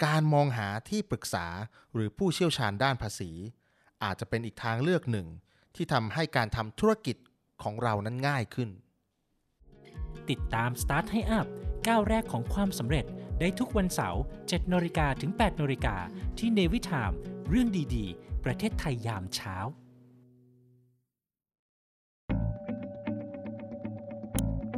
การมองหาที่ปรึกษาหรือผู้เชี่ยวชาญด้านภาษี อาจจะเป็นอีกทางเลือกหนึ่ง ที่ทำให้การทำธุรกิจของเรานั้นง่ายขึ้น ติดตาม Start ให้อัพก้าวแรกของความสำเร็จได้ทุกวันเสาร์7นาฬิกาถึง8นาฬิกาที่เนวิทามเรื่องดีๆ ประเทศไทยยามเช้า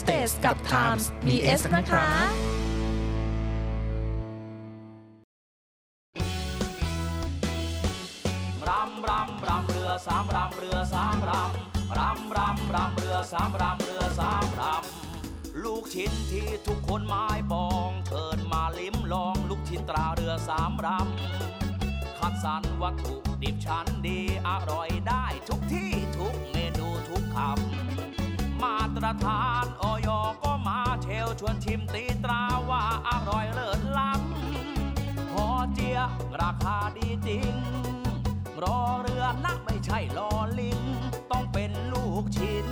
States กับ Times มี S นะคะ รำรำรำเรือสามรำเรือสามรำรำรำรำเรือสามรำเรือสามรำลูกชิ้นที่ทุกคนไม้ปองเชิญมาลิ้มลองลูกชิ้นตราเรือสามรำคัดสรรวัตถุดิบชั้นดีอร่อยได้ทุกที่ทุกเมนูทุกคำมาตรฐานออยก็มาเชลชวนชิมตีตราว่าอร่อยเลิศล้ำหอเจียราคาดีจริง รอเรือนักไม่ใช่ลอลิง ต้องเป็นลูกชิ้น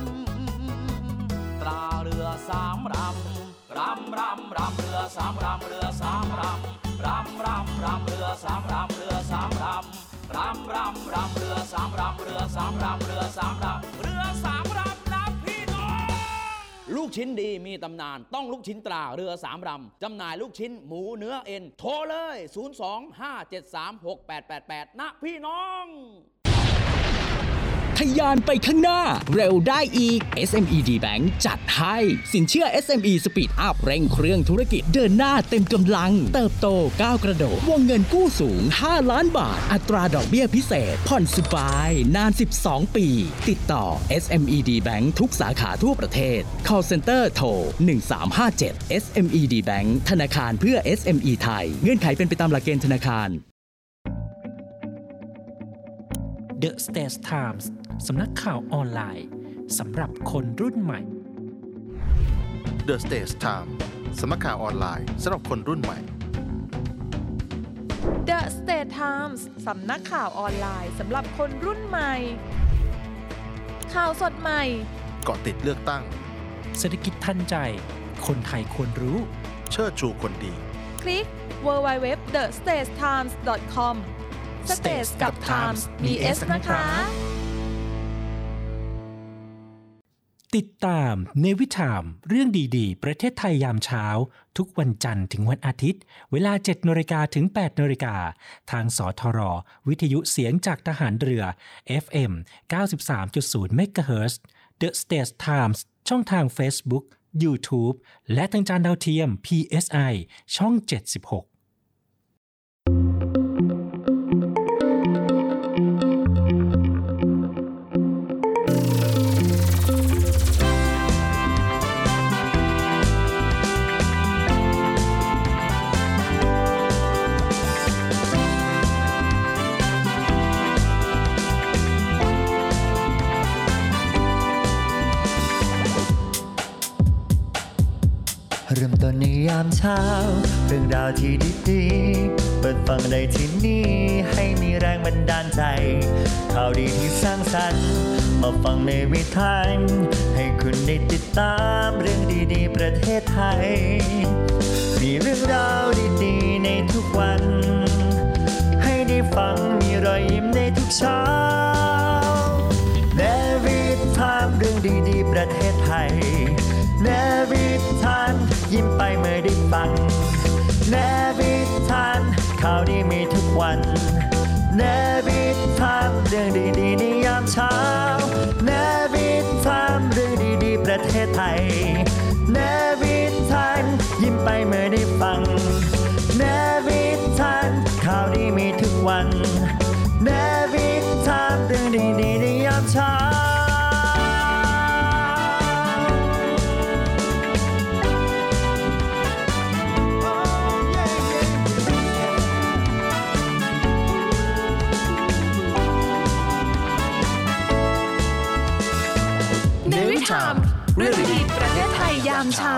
ตราเรือสามรำรำรำรำเรือสามรำเรือสามรำรำรำรำเรือสามรำเรือสามรำรำรำรำเรือสามรำเรือสามรำเรือสามรำเรือสามรำนะพี่น้อง ลูกชิ้นดีมีตำนานต้องลูกชิ้นตราเรือสามรำจำหน่ายลูกชิ้นหมูเนื้อเอ็น โทรเลย 025736888 นะพี่น้อง ทะยานไปข้างหน้า เร็วได้อีก SME D Bank จัดให้ สินเชื่อ SME Speed Up เร่งเครื่องธุรกิจเดินหน้าเต็มกำลัง เติบโตก้าวกระโดดวงเงินกู้สูง 5 ล้านบาท อัตราดอกเบี้ยพิเศษ ผ่อนสบาย นาน 12 ปี ติดต่อ SME D Bank ทุกสาขาทั่วประเทศ call center โทร 1357 SME D Bank ธนาคารเพื่อ SME ไทย เงื่อนไขเป็นไปตามหลักเกณฑ์ธนาคาร The States Times สำนักข่าวออนไลน์สำหรับคนรุ่นใหม่ The States Time สำนักข่าวออนไลน์สำหรับคนรุ่นใหม่ The State Times สำนักข่าวออนไลน์สำหรับคนรุ่นใหม่ ข่าวสดใหม่ เกาะติดเลือกตั้ง เศรษฐกิจทันใจ คนไทยควรรู้ เชิดชูคนดี คลิก w w w t h e s t a t e t i m e s c o m States กับ Times มี S นะคะ ติดตามเนวิทามเรื่องดีๆ ประเทศไทยยามเช้า ทุกวันจันทร์ถึงวันอาทิตย์ เวลา 7นาฬิกาถึง8นาฬิกาทางสทร วิทยุเสียงจากทหารเรือ FM 93.0 MHz The States Times ช่องทาง Facebook YouTube และทางจานดาวเทียม PSI ช่อง 76 เริ่มต้นในยามเช้า เรื่องราวที่ดีๆ เปิดฟังได้ที่นี่ ให้มีแรงบันดาลใจ ข่าวดีที่สร้างสรรค์ มาฟังในวิถีให้คุณได้ติดตามเรื่องดีๆ ประเทศไทย มีเรื่องราวดีๆ ในทุกวัน ให้ได้ฟังมีรอยยิ้มในทุกเช้า เนวิทามเรื่องดีๆ ประเทศไทย เนวิทามยิ้มไปเมื่อได้ฟัง เนวิทามข่าวดีมีทุกวัน เนวิทามเรื่องดีๆในยามเช้า เนวิทามเรื่องดีๆ ประเทศไทย เนวิทาม เมื่อได้ฟังเนวิทันข่าวดีมีทุกวันเนวิทันเรื่องดีๆในยามเช้า เนวิทามเรื่องดีๆประเทศไทยยามเช้า